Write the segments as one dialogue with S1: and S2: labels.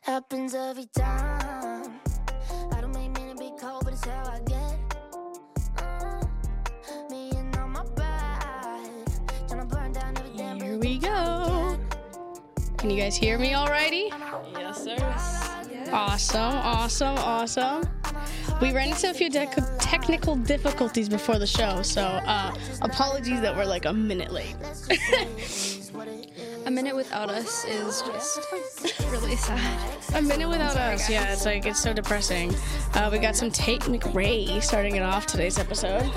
S1: Happens every time. I don't make men to be cold, but it's how I get. Uh, me and all my pride. Tryna burn down every damn
S2: Here
S1: bridge
S2: we go. Can you guys hear me alrighty?
S3: Yes, sir.
S2: Awesome, awesome, awesome. We ran into a few dec technical difficulties before the show, so uh, apologies that we're like a minute late.
S4: A minute without us is just really sad.
S2: A minute without us, yeah, it's like it's so depressing. Uh, we got some Tate McRae starting it off today's episode.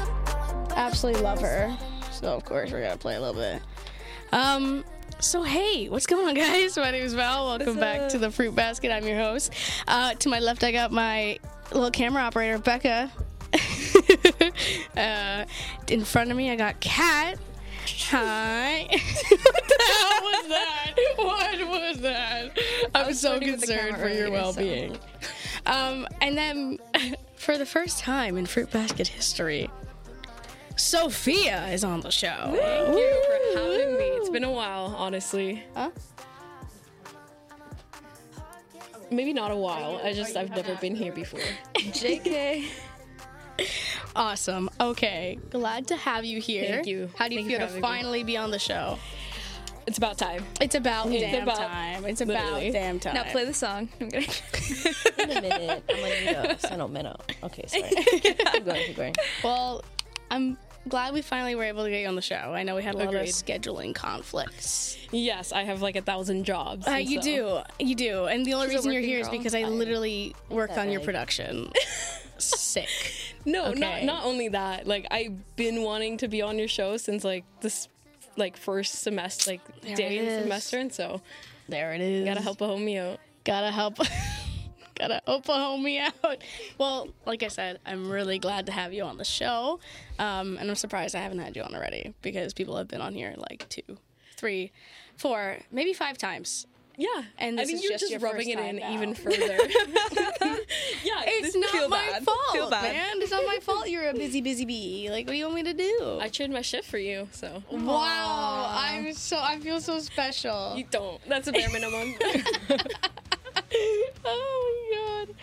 S2: Absolutely love her, so of course we're gonna play a little bit. Um, so hey, what's going on, guys? My name is Val. Welcome back to the Fruit Basket. I'm your host. Uh, to my left, I got my little camera operator, Becca. uh, in front of me, I got Kat. Hi. what the hell was that? What was that? I'm so
S4: flirting with the
S2: concerned
S4: camera
S2: for your
S4: earlier, so-
S2: well-being. Um, and then, for the first time in Fruit Basket history, Sophia is on the show.
S3: Thank you for having me. It's been a while, honestly.
S2: Huh?
S3: Maybe not a while. I just I've never been here before.
S4: JK.
S2: Awesome. Okay. Glad to have you here.
S3: Thank you.
S2: How do you
S3: Thank you
S2: feel to
S3: for having me.
S2: finally be on the show?
S3: It's about time.
S2: It's about damn
S3: about-
S2: time. It's about
S3: literally.
S2: damn time.
S4: Now play the song. I'm gonna.
S5: Wait a minute. I'm gonna need a sentimental. Okay, sorry. keep going, keep going.
S2: Well, I'm glad we finally were able to get you on the show. I know we had a lot
S3: Agreed.
S2: of scheduling conflicts.
S3: Yes, I have like a thousand jobs.
S2: Uh,
S3: and
S2: you
S3: so-
S2: do. You do. And the only
S4: She's a
S2: reason you're
S4: working
S2: here is
S4: girl.
S2: because I literally work
S5: that
S2: on your
S5: bag.
S2: production. Sick.
S3: No, not
S2: Okay.
S3: not only that. Like I've been wanting to be on your show since like this like first semester like day of
S2: it
S3: the
S2: is.
S3: semester and so
S2: There it is.
S3: gotta help a homie out.
S2: gotta help gotta help a homie out well like i said i'm really glad to have you on the show um, and i'm surprised i haven't had you on already because people have been on here like two three four maybe five times
S3: Yeah.
S2: And
S3: I
S2: this
S3: think
S2: is
S3: you're
S2: just
S3: just
S2: your
S3: rubbing
S2: first
S3: it in
S2: time
S3: even
S2: out.
S3: further. yeah,
S2: it's
S3: this-
S2: not my
S4: bad.
S2: fault
S4: Feel bad.
S2: man it's not my fault you're a busy busy bee like what do you want me to do
S3: I traded my shift for you, so
S2: wow i'm so i feel so special
S3: you don't. That's a bare minimum.
S2: oh my god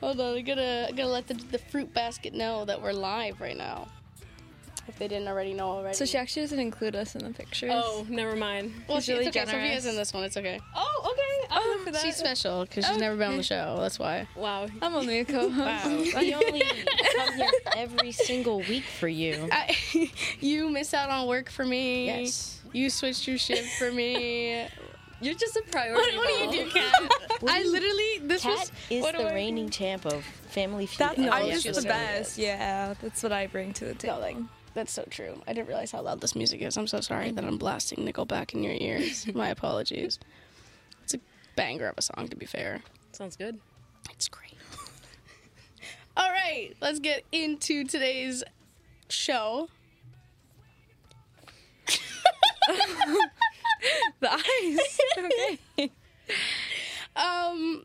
S2: hold on i gotta i gotta let the, the fruit basket know that we're live right now if they didn't already know already
S4: So she actually doesn't include us in the pictures.
S3: oh, never mind.
S2: Well,
S4: He's
S2: she,
S4: really
S2: it's okay.
S4: generous.
S2: Sophia's in this one. It's okay.
S3: Oh, okay. I'll look for that.
S2: She's special because she's never been on the show. That's why.
S3: wow.
S4: I'm only a co-host.
S5: We only come here every single week for you.
S2: I, you miss out on work for me.
S5: Yes.
S2: You switched your shift for me.
S3: You're just a
S2: what,
S3: priority.
S2: what do you do, Kat? I literally this
S5: Kat
S2: was
S5: is
S2: what do
S5: the
S2: I-
S5: reigning champ of Family Feud.
S4: That's
S5: and
S2: I'm
S4: I'm
S5: all
S2: just
S4: just
S5: the
S2: the
S4: the
S5: shows.
S4: best. Yeah, that's what I bring to the table.
S2: like, That's so true. I didn't realize how loud this music is. I'm so sorry that I'm blasting Nickelback in your ears. My apologies. It's a banger of a song, to be fair.
S3: Sounds good.
S2: It's great. All right, let's get into today's show.
S4: the eyes. Okay.
S2: Um,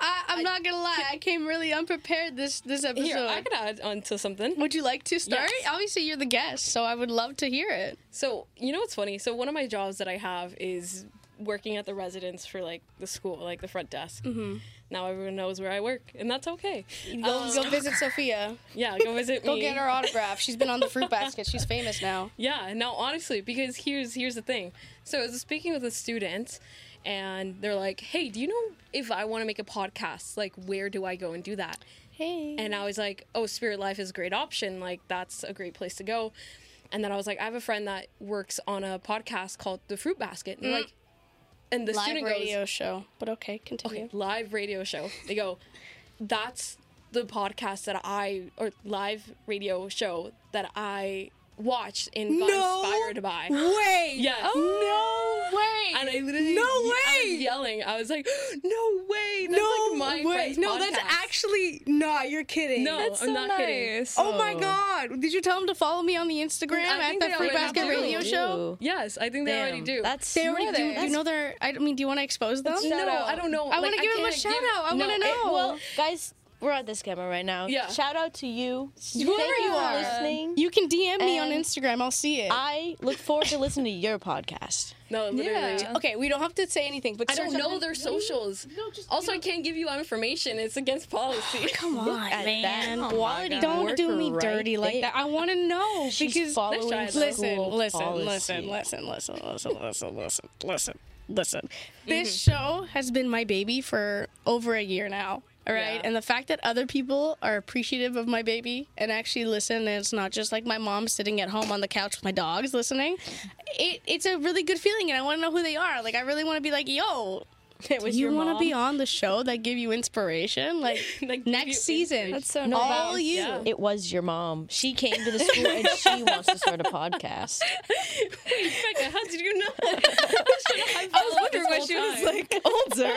S2: I, I'm not gonna lie, I came really unprepared this this episode.
S3: Here, I could add on to something.
S2: would you like to start?
S3: Yes.
S2: Obviously, you're the guest, so I would love to hear it.
S3: So, you know what's funny? So, one of my jobs that I have is working at the residence for like the school, like the front desk. Mm-hmm. Now everyone knows where I work, and that's okay.
S2: Go,
S3: Um,
S2: go visit Sophia.
S3: Yeah, go visit
S2: Go
S3: me.
S2: get her autograph. She's been on the fruit basket. She's famous now.
S3: Yeah, no, honestly, because here's here's the thing. So I was speaking with a student and they're like, Hey, do you know if I want to make a podcast, like where do I go and do that?
S2: Hey.
S3: And I was like, Oh, Spirit Life is a great option, like that's a great place to go. And then I was like, I have a friend that works on a podcast called The Fruit Basket. And like and the
S2: Mm. Live
S3: student
S2: radio show. But okay, continue.
S3: goes live radio show. They go, That's the podcast that I or live radio show that I watched and got
S2: No
S3: inspired by.
S2: Wait.
S3: Yes.
S2: No way.
S3: And I literally,
S2: No
S3: I
S2: way!
S3: was yelling. I was like, "No way! That's like my friend's
S2: No, that's
S3: podcast."
S2: actually not. You're kidding.
S3: no.
S4: That's
S3: I'm
S4: so
S3: not kidding.
S4: nice.
S2: Oh my god! Did you tell him to follow me on the Instagram
S3: I
S2: at
S3: think
S2: the
S3: they
S2: Fruit
S3: already
S2: Basket
S3: do.
S2: Radio
S5: Ew.
S2: Show?
S3: Yes, I think they already
S5: Damn,
S3: do.
S5: That's
S2: They already do.
S5: That's-
S2: You know they're. I mean, do you want to expose them?
S3: no, I don't know.
S2: I want
S3: Like,
S2: to give him a
S3: can't
S2: shout out. I
S3: no,
S2: want to
S3: it-
S2: know.
S5: Well, guys, we're on this camera right now.
S3: Yeah.
S5: Shout out to you.
S2: Whoever
S5: Thank you
S2: you
S5: for
S2: are.
S5: listening.
S2: You can DM me on
S5: And
S2: Instagram. I'll see it.
S5: I look forward to listening to your podcast.
S3: No, literally.
S4: Yeah.
S2: okay, we don't have to say anything, but
S3: I don't
S2: search up-
S3: know their socials. also, I can't give you that information. It's against policy.
S2: Come on,
S5: at
S2: man.
S5: that
S2: Quality.
S5: God.
S2: Don't do me
S5: Worker
S2: dirty
S5: right
S2: like
S5: there.
S2: that. I want to know
S5: She's
S2: because
S5: following
S3: Let's try it,
S2: listen,
S5: school
S2: listen,
S5: policy.
S2: listen, listen, listen, listen, listen, listen, listen, listen. This show has been my baby for over a year now. All right,
S5: Yeah.
S2: and the fact that other people are appreciative of my baby and actually listen, and it's not just like my mom sitting at home on the couch with my dogs listening, it, it's a really good feeling, and I want to know who they are. Like, I really want to be like, yo,
S5: It was
S2: you want to be on the show that give you inspiration, like,
S3: Like, give you
S2: next season.
S4: That's so
S5: No,
S4: nice.
S2: all you.
S3: Yeah.
S5: It was your mom. She came to the school and she wants to start a podcast.
S3: Becca, how did you know? I was wondering why she was like,
S5: older.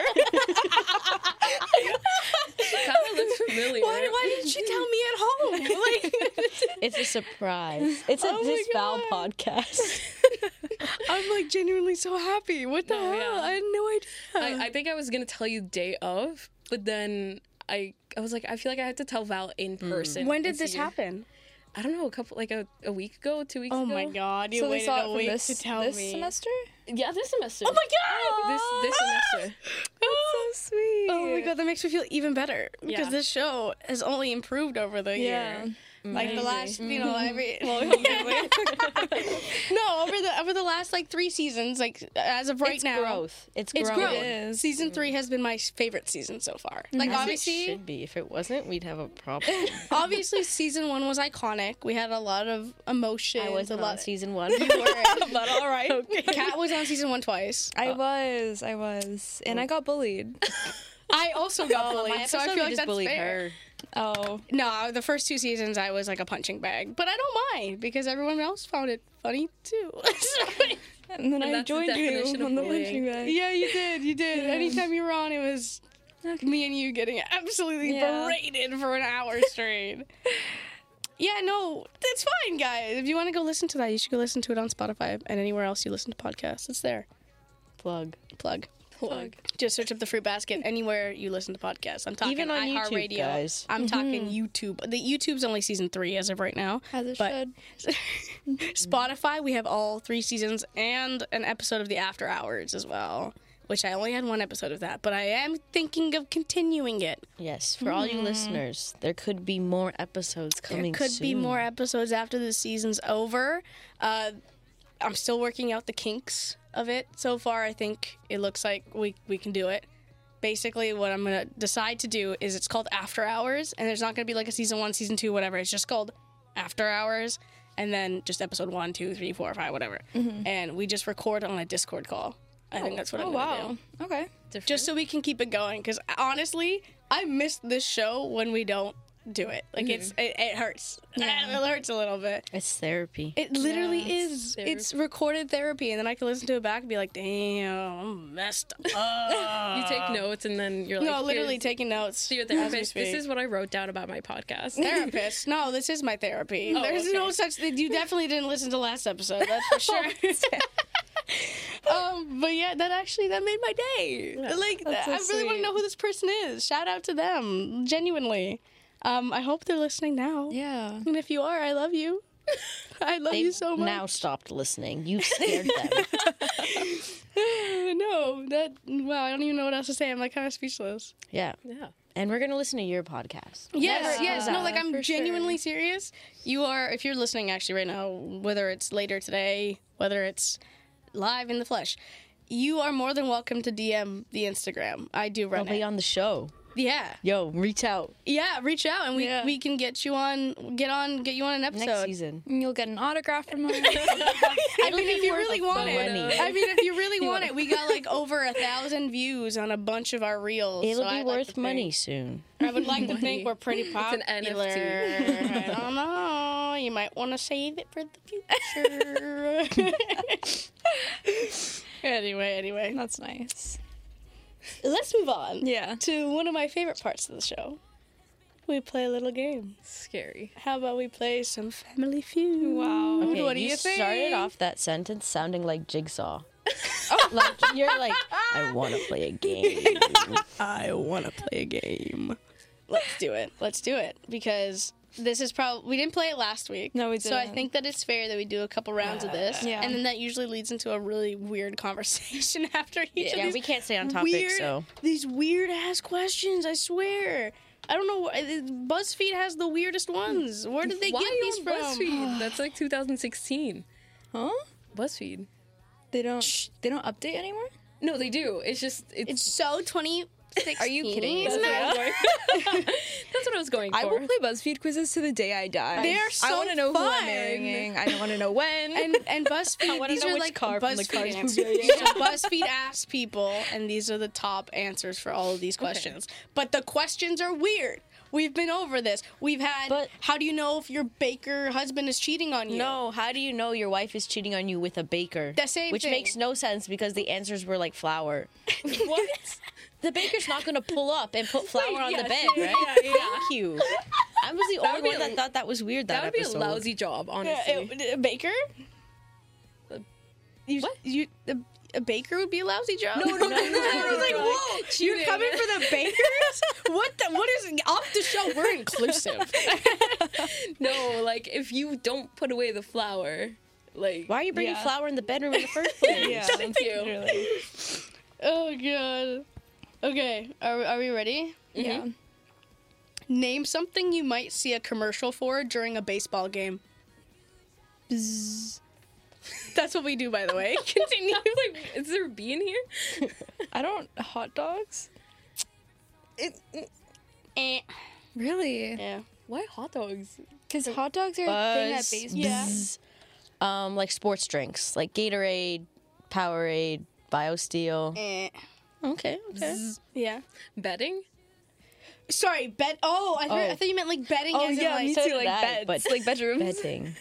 S3: kind of looks familiar.
S2: Why, why didn't she tell me at home? Like,
S5: It's a surprise. It's a
S2: Oh my
S5: disavow
S2: God.
S5: podcast.
S2: I'm like genuinely so happy. What the
S3: No,
S2: hell?
S3: yeah.
S2: I had no idea.
S3: I, I think I was gonna tell you day of, but then I I was like, I feel like I had to tell Val in person.
S2: when did
S3: and see
S2: this
S3: her.
S2: happen?
S3: I don't know, a couple like a, a week ago, two weeks
S2: Oh
S3: ago.
S2: my god! You
S4: So they
S2: waited
S4: saw it
S2: a
S4: from
S2: week
S4: this,
S2: to tell
S4: this
S2: me.
S4: semester?
S3: Yeah, this semester.
S2: Oh my god! Ah!
S3: This this semester.
S2: That's so sweet. Oh my god, that makes me feel even better because
S3: Yeah.
S2: this show has only improved over the
S4: Yeah.
S2: year. Like the
S3: agree.
S2: last, you know, every no over the over the last like three seasons, like as of right
S5: it's
S2: now,
S5: growth. It's growth.
S2: It's growth.
S4: It is.
S2: Season three has been my favorite season so far. Like
S5: As Mm-hmm. it
S2: obviously,
S5: should be. If it wasn't, we'd have a problem.
S2: obviously season one was iconic. We had a lot of emotion.
S5: I was
S2: a
S5: on
S2: lot.
S5: season one.
S2: but all right. Kat was on season one twice.
S4: I was, I was, and I got bullied.
S2: I also got bullied, so I feel like that's fair.
S4: Oh,
S2: No, the first two seasons I was like a punching bag, but I don't mind because everyone else found it funny too. So-
S4: and then I
S3: that's the
S4: joined you
S3: definition of
S4: on the
S3: bullying.
S4: punching bag.
S2: yeah, you did. You did. Anytime you were on, it was me and you getting absolutely
S4: Yeah.
S2: berated for an hour straight. yeah, no, that's fine, guys. If you want to go listen to that, you should go listen to it on Spotify and anywhere else you listen to podcasts. It's there.
S5: Plug.
S2: Plug.
S3: Plug.
S2: Just search up the fruit basket anywhere you listen to podcasts. I'm talking
S5: Even on YouTube,
S2: iHeartRadio.
S5: guys.
S2: I'm talking YouTube. The YouTube's only season three as of right now.
S4: As it
S2: But-
S4: should.
S2: Spotify, we have all three seasons and an episode of the After Hours as well, which I only had one episode of that, but I am thinking of continuing it.
S5: Yes, for all you listeners, there could be more episodes
S2: Hmm. There
S5: coming.
S2: could be
S5: soon.
S2: more episodes after the season's over. Uh, I'm still working out the kinks of it. So far, I think it looks like we, we can do it. Basically, what I'm going to decide to do is it's called After Hours, and there's not going to be like a season one, season two, whatever. It's just called After Hours, and then just episode one, two, three, four, five, whatever. And we just record on a Discord call. I think that's what
S4: Mm-hmm. Oh
S2: I'm going to
S4: wow.
S2: do
S4: Okay.
S3: Different.
S2: just so we can keep it going because honestly i miss this show when we don't do it like it's it, it hurts it hurts a little bit
S5: It's therapy.
S2: it literally
S3: Yeah, it's
S2: is it's recorded therapy and then i can listen to it back and be like damn i'm messed up
S3: you take notes and then you're like
S2: no literally
S3: here's-
S2: taking notes
S3: to your therapist. This is what I wrote down about my podcast.
S2: therapist no this is my therapy
S3: Oh,
S2: there's no
S3: okay.
S2: such thing you definitely didn't listen to last episode that's for sure um but yeah that actually that made my day like
S4: That's so
S2: i really want to
S4: sweet.
S2: know who this person is shout out to them genuinely um i hope they're listening now
S4: Yeah.
S2: and if you are i love you i love you
S5: They've
S2: so much
S5: now stopped listening. You've scared them.
S2: no that wow i don't even know what else to say i'm like kind of speechless
S5: yeah.
S3: yeah.
S5: And we're going to listen to your podcast.
S2: Yes,
S4: Never
S2: yes.
S4: do
S2: No,
S4: that,
S2: like I'm
S4: for sure.
S2: genuinely serious. You are, if you're listening actually right now, whether it's later today, whether it's live in the flesh, you are more than welcome to DM the Instagram. I do
S5: I'll
S2: run
S5: be
S2: it.
S5: on the show.
S2: yeah,
S5: Yo, reach out
S2: yeah. Reach out and we
S4: Yeah.
S2: we can get you on, get on, get you on an
S5: next
S2: episode.
S5: season.
S4: And you'll get an autograph from us.
S2: I mean, if you really want it,
S5: money.
S2: I mean, if you really want it, we got like over a thousand views on a bunch of our reels.
S5: It'll
S2: so
S5: be
S2: I'd like
S5: worth
S2: to think-
S5: money soon.
S2: I would like to think we're pretty popular.
S3: an NFT.
S2: I don't know. You might want to save it for the future. anyway, anyway,
S4: That's nice.
S2: let's move on
S4: Yeah.
S2: to one of my favorite parts of the show. We play a little game.
S3: Scary.
S2: How about we play some Family Feud?
S4: Wow.
S5: Okay,
S2: what do
S5: you,
S2: you, think? Oh.
S5: started off that sentence sounding like Jigsaw. like you're like, I want to play a game.
S2: I want to play a game. Let's do it. Let's do it because this is probably we didn't play it last week.
S4: No, we
S2: So I
S4: didn't.
S2: think that it's fair that we do a couple rounds of this,
S4: Yeah.
S2: and then that usually leads into a really weird conversation after each
S5: Yeah,
S2: of
S5: we
S2: these
S5: can't stay on topic,
S2: weird,
S5: so
S2: these weird ass questions. I swear. I don't know. I- BuzzFeed has the weirdest ones. Where did they
S3: Why
S2: get these
S3: on
S2: from?
S3: BuzzFeed? That's like 2016.
S4: Huh?
S3: BuzzFeed.
S4: They don't. They don't update anymore.
S3: No, they do. It's just it's.
S2: It's so 2016.
S5: Are you kidding?
S2: Isn't that
S3: That's what I was going for.
S4: I will play BuzzFeed quizzes to the day I die.
S2: They are
S4: I
S2: so
S4: want to know who
S2: fun.
S4: I'm marrying. I want to know when.
S2: and and BuzzFeed.
S5: wanna
S2: These
S5: know
S2: are
S5: which
S2: like
S5: car from the car
S2: BuzzFeed answers. BuzzFeed asks people, and these are the top answers for all of these questions. But the questions are weird. We've been over this. We've had.
S5: But-
S2: how do you know if your baker husband is cheating on you? Uh,
S5: No, how do you know your wife is cheating on you with a baker?
S2: The same
S5: Which
S2: thing.
S5: makes no sense because the answers were like flour.
S3: What?
S5: The baker's not gonna pull up and put flour on
S3: yeah,
S5: the bed,
S3: yeah,
S5: right?
S3: yeah.
S5: Thank you. I was the
S3: would
S5: only
S3: be
S5: one
S3: a-
S5: that thought that was weird that,
S3: That would be a
S5: episode.
S3: lousy job,
S2: Yeah,
S3: honestly.
S2: it- a baker. You,
S3: What?
S2: You a, a baker would be a lousy job.
S3: No, no, no, no, no,
S2: I was like,
S3: no.
S2: whoa, you're
S3: Cheating.
S2: coming for the bakers? what the? What is off the show? We're inclusive.
S3: no, like if you don't put away the flour, like
S5: Why are you bringing
S4: Yeah.
S5: flour in the bedroom in the first place?
S4: yeah,
S3: Thank you.
S4: literally.
S2: Oh god. Okay, are are we ready?
S4: Yeah.
S2: Name something you might see a commercial for during a baseball game. That's what we do, by the way.
S3: Continue. like, is there a bee in here?
S4: I don't hot dogs.
S2: Eh.
S4: Really?
S2: yeah.
S3: Why hot dogs?
S4: Because hot dogs are a thing at
S5: Buzz,
S4: baseball.
S2: Yeah.
S5: buzz. Um, like sports drinks, like Gatorade, Powerade, BioSteel.
S2: Eh.
S5: Okay, okay.
S2: Yeah.
S3: Betting?
S2: Sorry, bet. Oh, I, heard, I
S5: Oh.
S2: thought you meant like betting.
S4: Oh
S2: as
S4: yeah,
S2: in,
S4: me
S2: like,
S5: so
S4: too.
S5: did
S4: Like
S5: I,
S4: beds,
S5: but-
S4: like bedrooms.
S5: Betting,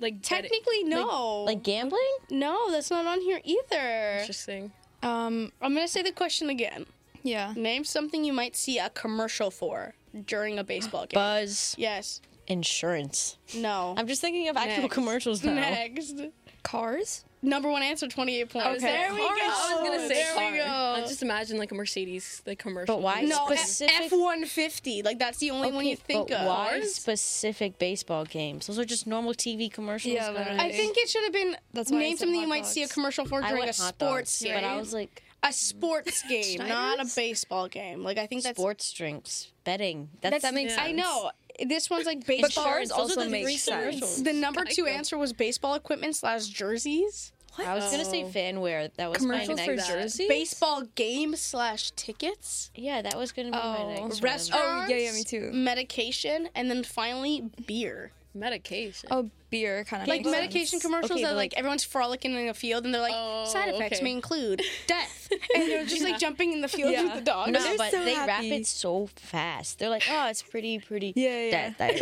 S3: Like betting-
S2: Technically, no.
S5: like gambling.
S2: no, that's not on here either.
S3: Interesting.
S4: Um.
S2: I'm gonna say the question again.
S4: Yeah.
S2: Name something you might see a commercial for during a baseball game.
S5: Buzz
S2: yes.
S5: insurance.
S2: No.
S5: I'm just thinking of actual
S2: Next.
S5: commercials now.
S2: Next.
S4: Cars.
S2: Number one answer, 28 points.
S3: was gonna-
S2: There we go.
S3: I was gonna say
S2: there
S3: car.
S2: we
S3: I
S2: go.
S3: just imagine like a Mercedes, like commercial.
S5: But why
S2: no,
S5: specific?
S2: F one fifty. Like that's the only one you think
S5: but
S2: of.
S5: why
S3: Cars?
S5: specific baseball games? Those are just normal TV commercials.
S4: Yeah,
S5: guys.
S4: literally.
S2: I think it should have been
S4: That's why I
S2: name
S4: said
S2: something you
S4: hot
S2: might see a
S4: dogs.
S2: commercial for
S5: I
S2: during
S5: went
S2: a
S5: hot
S2: sports
S5: dogs,
S2: game.
S5: but I was like
S2: a sports game, not a baseball game. Like I think that's
S5: sports drinks, betting. That's,
S2: That's, I know this one's like
S5: But
S2: baseball.
S5: cars also
S4: also
S5: make
S4: makes
S5: sense.
S4: sense.
S2: the number two
S3: Geico.
S2: answer was baseball equipment slash jerseys,
S5: I was gonna say
S3: Oh.
S5: fanware. That was
S3: commercial
S5: my
S3: for
S5: next.
S3: jerseys?
S2: baseball game slash tickets,
S5: Yeah, that was gonna be
S4: Oh.
S5: my next. one.
S2: restaurants,
S4: yeah, me too.
S2: medication, and then finally beer.
S3: medication.
S4: Oh, beer kind of
S2: like medication commercials
S5: Okay,
S2: that
S5: but,
S2: like,
S5: like-
S2: everyone's frolicking in a field and they're like
S3: Oh,
S2: side effects
S3: okay.
S2: may include death and they're just like jumping in the field
S4: Yeah.
S2: with the dogs
S5: No,
S4: They're
S5: but
S4: so
S5: they wrap
S4: happy.
S5: it so fast. They're like, oh, it's pretty, pretty.
S4: Yeah, yeah.
S5: Death, diarrhea.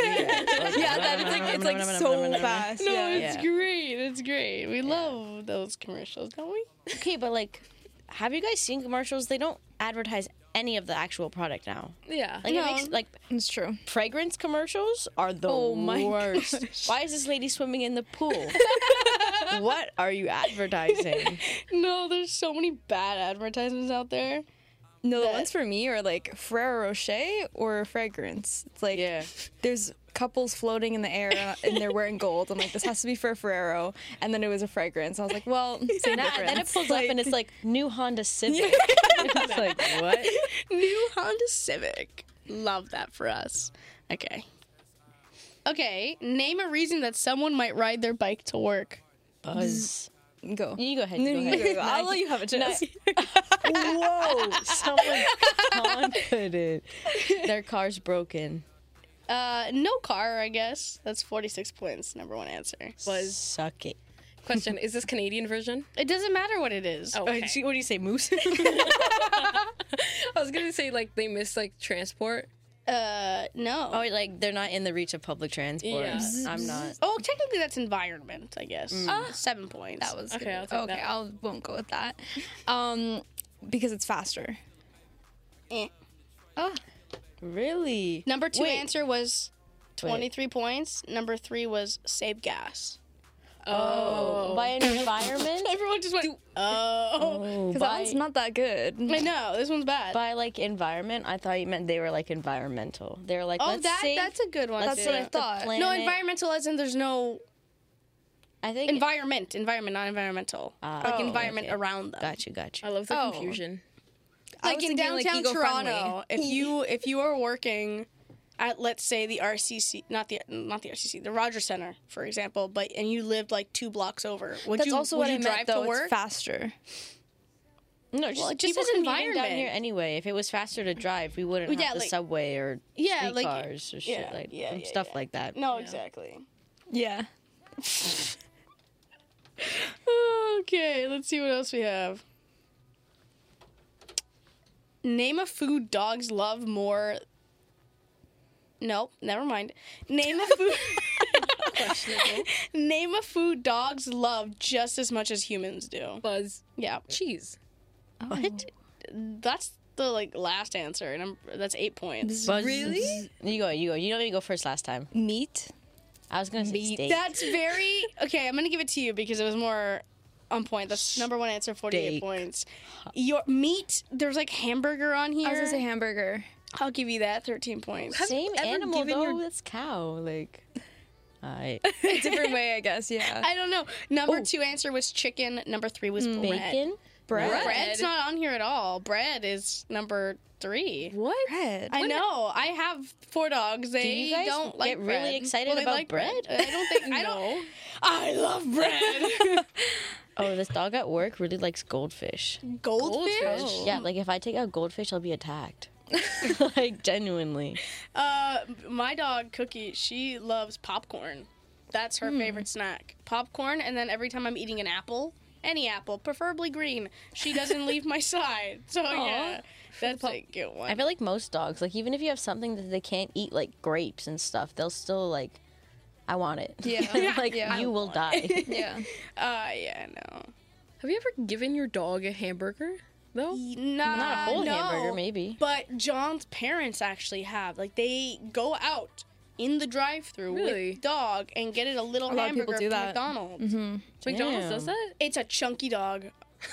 S4: Yeah, that it's like it's like so fast.
S2: no
S4: yeah.
S2: it's
S5: Yeah.
S2: great it's great we love those commercials don't we
S5: Okay, but like, have you guys seen commercials? They don't advertise any of the actual product now.
S3: yeah.
S5: Like,
S2: No.
S5: it makes like
S4: It's true.
S5: fragrance commercials are the
S4: Oh my
S5: worst. Why is this lady swimming in the pool? what are you advertising?
S2: no there's so many bad advertisements out there
S4: No, the
S2: That-
S4: ones for me are like Ferrero Rocher or fragrance. It's like
S5: Yeah.
S4: there's couples floating in the air and they're wearing gold. I'm like, this has to be for Ferrero, and then it was a fragrance. I was like, well, same
S5: Nah,
S4: difference.
S5: then it pulls up and it's like new Honda Civic. it's like what?
S2: new honda civic love that for us okay okay name a reason that someone might ride their bike to work
S5: Buzz.
S4: go.
S5: You go ahead.
S4: No,
S5: You
S4: you
S5: go ahead.
S4: go. I'll let you have a chance.
S5: Whoa! Someone confident. Their car's broken.
S2: Uh, no car, I guess. That's 46 points, number one answer.
S3: Buzz.
S5: Suck it.
S3: Question: Is this Canadian version?
S2: It doesn't matter what it is.
S3: Oh, okay.
S5: Uh, What do you say, Moose?
S3: I was gonna say like they miss like transport.
S2: Uh, no.
S5: Oh,
S2: Oh,
S5: like they're not in the reach of public transport.
S3: Yeah.
S5: I'm not.
S2: Oh, technically that's environment, I guess. Uh, Seven points.
S4: That was
S3: Okay,
S4: good.
S3: I'll take
S4: okay.
S3: that.
S4: I won't go with that, um, because it's faster.
S2: Eh.
S4: Oh,
S5: Really?
S2: Number two
S5: Wait.
S2: answer was 23 points. Number three was save gas.
S5: Oh, by an environment?
S2: Everyone just went, oh.
S5: Oh,
S4: Because that one's not that good.
S2: I know, this one's bad.
S5: by like environment, I thought you meant they were like environmental. They were like,
S2: oh,
S5: let's
S2: that,
S5: save-
S2: that's a good one.
S5: let's
S2: too.
S5: save the planet.
S2: No, environmental as in there's no
S5: I think
S2: environment, environment, not environmental.
S5: Ah,
S2: like
S5: okay,
S2: environment
S5: okay.
S2: around them.
S5: Got you, got you.
S3: I love the
S4: Oh.
S3: confusion.
S4: I
S2: like
S4: was
S2: in
S4: thinking, like,
S2: downtown
S4: eco-friendly.
S2: Toronto, if you if you are working at let's say the RCC, not the not the RCC, the Rogers Center, for example, but and you lived like two blocks over, would
S4: That's
S2: you
S4: also
S2: would
S4: what
S2: you
S4: I
S2: drive
S4: meant,
S2: to
S4: though.
S2: work?
S4: It's faster.
S5: No, just,
S2: Well, it just
S5: people
S2: says
S5: commuting down
S2: environment.
S5: here anyway. If it was faster to drive, we wouldn't
S2: Well,
S5: have
S2: yeah,
S5: the
S2: like-
S5: subway or
S2: Yeah, like-
S5: streetcars or shit
S2: yeah,
S5: like
S2: yeah, yeah,
S5: stuff
S2: yeah.
S5: like that.
S2: no, exactly.
S4: Yeah.
S2: Okay, let's see what else we have. Name a food dogs love more. Nope, never mind. Name a food. Name a food dogs love just as much as humans do.
S3: Buzz
S2: Yeah,
S3: cheese.
S5: What?
S2: that's the like last answer, and I'm, that's eight points.
S5: Buzz- You go, you go. You know you go first last time.
S4: Meat.
S5: I was gonna say steak.
S2: That's very okay. I'm gonna give it to you because it was more on point. That's number one answer, forty-eight
S5: Steak.
S2: points. Your meat. There's like hamburger on here.
S4: I was gonna say hamburger.
S2: I'll give you that. Thirteen points.
S5: Same
S3: ever
S5: animal
S3: given
S5: though.
S3: your-
S5: That's cow. Like, I
S4: Different way, I guess. Yeah.
S2: I don't know. Number two answer was chicken. Number three was bread.
S5: Mm. bacon.
S4: Bread.
S2: Bread's not on here at all. Bread is number three.
S3: What?
S4: Bread.
S2: I know. I have four dogs. They
S5: you guys
S2: not like
S5: get really
S2: bread.
S5: excited
S2: Well, they
S5: about
S2: like I don't think. I don't. I love bread.
S5: Oh, this dog at work really likes goldfish.
S2: Goldfish.
S5: Yeah, like if I take out goldfish, I'll be attacked. like genuinely.
S2: Uh, my dog Cookie. She loves popcorn. That's
S5: Hmm.
S2: her favorite snack. Popcorn, and then every time I'm eating an apple, any apple, preferably green, she doesn't leave my side. So yeah, that's a good one.
S5: I feel like most dogs, like even if you have something that they can't eat, like grapes and stuff, they'll still like, I want it.
S4: Yeah.
S5: like
S4: Yeah.
S5: you will die.
S4: Yeah.
S2: Uh, yeah, no.
S3: Have you ever given your dog a hamburger though?
S2: Nah,
S5: Not a whole
S2: no.
S5: hamburger, maybe.
S2: But John's parents actually have. Like, they go out in the drive through
S3: Really?
S2: with dog and get it a little
S4: A lot of people
S2: hamburger
S4: do
S2: from
S4: that.
S2: McDonald's.
S5: Mm-hmm.
S3: McDonald's does
S5: Damn.
S3: that?
S2: It's a chunky dog.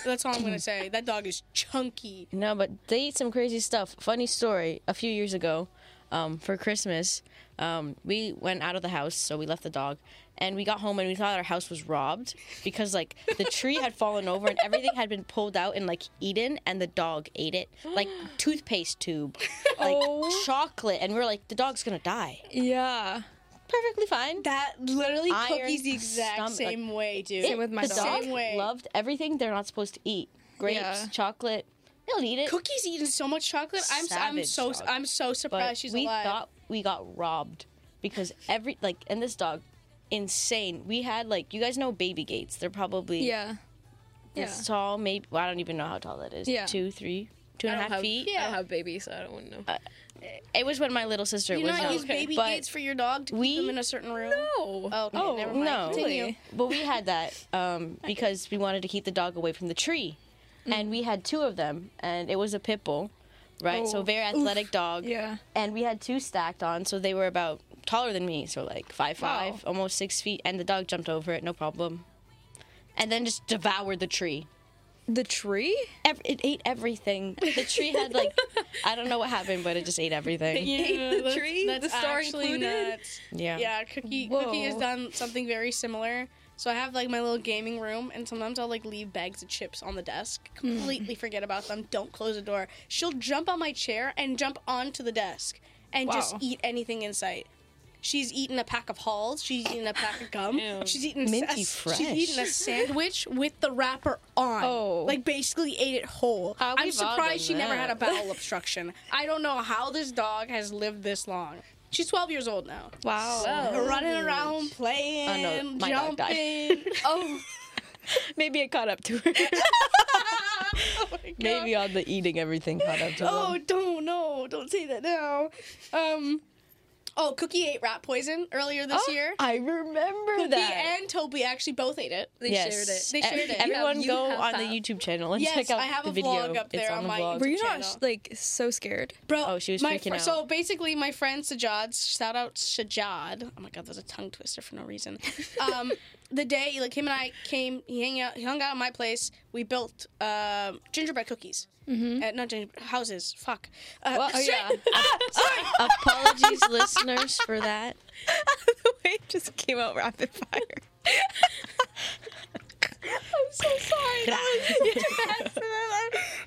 S2: That's all I'm going to say. That dog is chunky.
S5: No, but they eat some crazy stuff. Funny story. A few years ago, um, for Christmas, um, we went out of the house, so we left the dog, and we got home and we thought our house was robbed because like the tree had fallen over and everything had been pulled out and like eaten, and the dog ate it, like toothpaste tube, like chocolate, and we were like, the dog's gonna die.
S4: Yeah.
S5: Perfectly fine.
S2: That literally
S5: Iron
S2: Cookie's the exact
S5: stomach.
S2: same way, dude.
S4: Same with my
S5: the
S4: dog.
S5: dog
S2: Same way.
S5: loved everything they're not supposed to eat: grapes,
S4: Yeah.
S5: chocolate. They'll eat it.
S2: Cookie's eating so much chocolate. I'm, I'm
S5: Savage
S2: so
S5: dog.
S2: I'm so surprised
S5: but
S2: she's
S5: we
S2: alive.
S5: thought we got robbed because every like and this dog insane we had like you guys know baby gates they're probably
S4: Yeah.
S5: this
S4: yeah.
S5: tall maybe well, i don't even know how tall that is
S4: Yeah.
S5: two three two
S3: I
S5: and a
S3: don't
S5: half
S3: have
S5: feet
S3: I
S2: Yeah.
S3: don't have babies, so I don't want to know.
S5: it was when my little sister
S2: you
S5: was um,
S2: not
S5: young,
S2: use baby
S5: but
S2: gates for your dog to
S5: we-
S2: keep them in a certain room?
S3: Oh,
S2: Okay,
S5: Oh,
S2: never mind.
S5: no.
S2: Continue.
S4: Really?
S5: but we had that um, because we wanted to keep the dog away from the tree and we had two of them and it was a pit bull right so
S4: Oh.
S5: very athletic dog
S4: Yeah.
S5: and we had two stacked on, so they were about taller than me, so like five five,
S4: Wow.
S5: almost six feet, and the dog jumped over it, no problem. And then just devoured the tree.
S4: The tree?
S5: Ev- it ate everything. The tree had like, I don't know what happened, but it just ate everything.
S2: Yeah,
S3: the tree, the star
S2: actually
S3: included?
S2: nuts.
S5: Yeah.
S2: Yeah, Cookie Cookie has
S4: Whoa.
S2: done something very similar. So I have like my little gaming room, and sometimes I'll like leave bags of chips on the desk, completely forget about them, don't close the door. She'll jump on my chair and jump onto the desk and just
S4: Wow.
S2: eat anything in sight. She's eaten a pack of halls. She's eaten a pack of gum.
S3: Ew.
S2: She's eaten
S5: Minty
S2: a,
S5: fresh.
S2: She's eaten a sandwich with the wrapper on.
S4: Oh.
S2: like basically ate it whole.
S5: Ah,
S2: I'm
S5: we've all
S2: surprised
S5: done
S2: she never had a
S5: that.
S2: bowel obstruction. I don't know how this dog has lived this long. She's 12 years old now.
S4: Wow.
S2: Running around, playing,
S5: Oh, no, my dog died.
S2: jumping.
S4: Oh,
S5: Maybe it caught up to her. Maybe all the eating everything caught up to her.
S2: oh, don't, no, don't say that now. Um, oh, Cookie ate rat poison earlier this year.
S5: oh, I remember
S2: Cookie
S5: that.
S2: and Toby actually both ate it.
S3: they
S5: yes.
S3: shared it.
S2: They
S5: E-
S2: shared it. You have-
S5: Everyone
S3: you
S5: go
S3: have
S5: on
S3: that.
S5: the YouTube channel and
S2: Yes,
S5: check out
S2: I have
S5: the
S2: a
S5: video.
S2: vlog up there
S5: it's on,
S2: on
S5: the
S2: my
S5: vlog.
S4: were you
S2: channel.
S4: not like so scared?
S2: Bro,
S5: Oh, she was
S2: my
S5: freaking out.
S2: So basically, my friend Sajad, shout out Sajad. Oh my god, that was a tongue twister for no reason. Um, the day, like him and I came, he hung out, he hung out at my place. We built um gingerbread cookies, mm-hmm. uh, not gingerbread houses. Fuck. Uh,
S4: Well, oh,
S2: shit.
S4: yeah.
S5: Apologies, listeners, for that.
S4: the way it just came out rapid fire. I'm so sorry. That was an accident.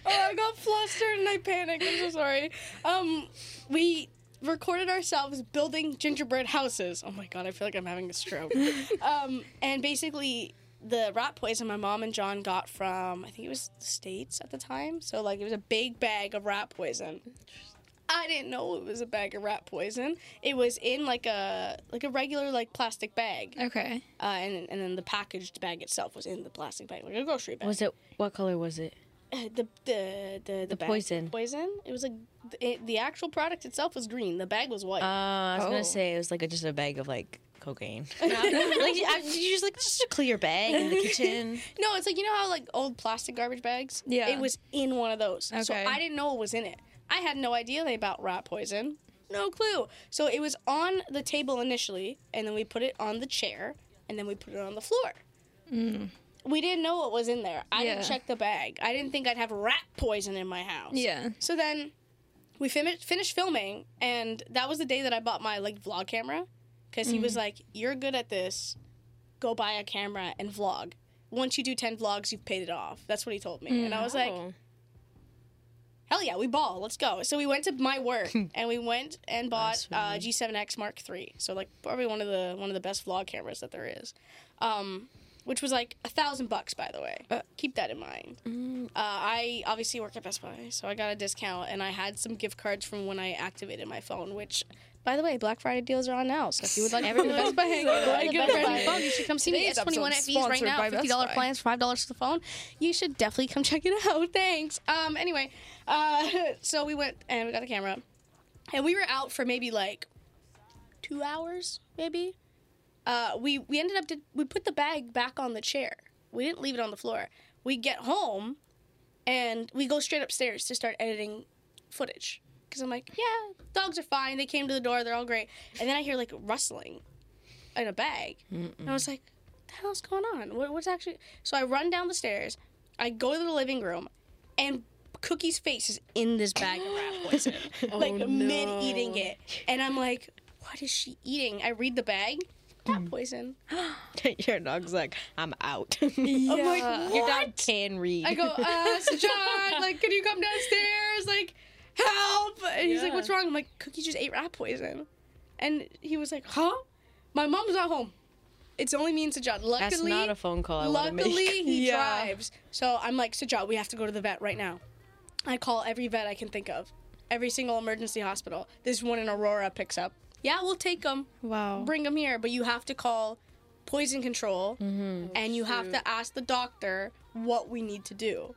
S2: oh, I got flustered and I panicked. I'm so sorry. Um, we recorded ourselves building gingerbread houses. Oh my god, I feel like I'm having a stroke. um, and basically, the rat poison my mom and John got from I think it was the states at the time. So like, it was a big bag of rat poison. I didn't know it was a bag of rat poison. It was in like a like a regular like plastic bag, uh,
S6: Okay.
S2: and and then the packaged bag itself was in the plastic bag, like a grocery bag
S5: Was it what color was it?
S2: uh, the the the, the, bag-
S5: poison.
S2: poison. It was like it, the actual product itself was green. The bag was white.
S5: Uh, I was
S4: Oh.
S5: gonna say it was like a, just a bag of like cocaine. like I, you just like just a clear bag in the kitchen.
S2: no, it's like you know how like old plastic garbage bags.
S4: Yeah.
S2: it was in one of those. So
S4: Okay.
S2: I didn't know it was in it. I had no idea they about rat poison. No clue. So it was on the table initially, and then we put it on the chair, and then we put it on the floor. We didn't know what was in there. I didn't
S6: Yeah.
S2: check the bag. I didn't think I'd have rat poison in my house.
S6: Yeah.
S2: So then we finished finished filming, and that was the day that I bought my like vlog camera because he was like, "You're good at this. Go buy a camera and vlog. Once you do ten vlogs, you've paid it off." That's what he told me, and I was like,
S3: Oh.
S2: "Hell yeah, we ball. Let's go." So we went to my work, and we went and bought uh, G7X Mark III. So like probably one of the one of the best vlog cameras that there is. Um, which was like a thousand bucks, by the way. Keep that in mind. Uh, I obviously work at Best Buy, so I got a discount, and I had some gift cards from when I activated my phone. Which, by the way, Black Friday deals are on now. So if you would like to go to Best Buy, and go to the Best Buy and phone, you should come see me.
S4: Today's
S2: S twenty one FEs
S4: episode's
S2: right
S4: sponsored
S2: now,
S4: by Best
S2: fifty dollar
S4: Buy.
S2: plans, five dollars for the phone. You should definitely come check it out. Thanks. Um. Anyway, uh, so we went and we got the camera, and we were out for maybe like two hours, maybe. Uh, we we ended up did, we put the bag back on the chair. We didn't leave it on the floor. We get home, and we go straight upstairs to start editing footage. Cause I'm like, yeah, dogs are fine. They came to the door. They're all great. And then I hear like rustling in a bag, and I was like, the hell's going on? What, what's actually? So I run down the stairs. I go to the living room, and Cookie's face is in this bag of rat poison,
S5: Oh,
S2: like mid eating it. And I'm like, what is she eating? I read the bag. Rat poison.
S5: Your dog's like, I'm out.
S4: Oh
S2: I'm like,
S5: Your dog can read.
S2: I go, uh, so John, like, can you come downstairs? Like, help! And he's like, what's wrong? I'm like, Cookie just ate rat poison. And he was like, huh? My mom's not home. It's only me and Sajad. Luckily,
S5: That's not a phone call I want to
S2: Luckily,
S5: make.
S2: he
S4: Yeah.
S2: drives. So I'm like, Sajat, we have to go to the vet right now. I call every vet I can think of, every single emergency hospital. This one in Aurora picks up. Yeah, we'll take him,
S6: Wow.
S2: bring him here, but you have to call poison control and you have to ask the doctor what we need to do.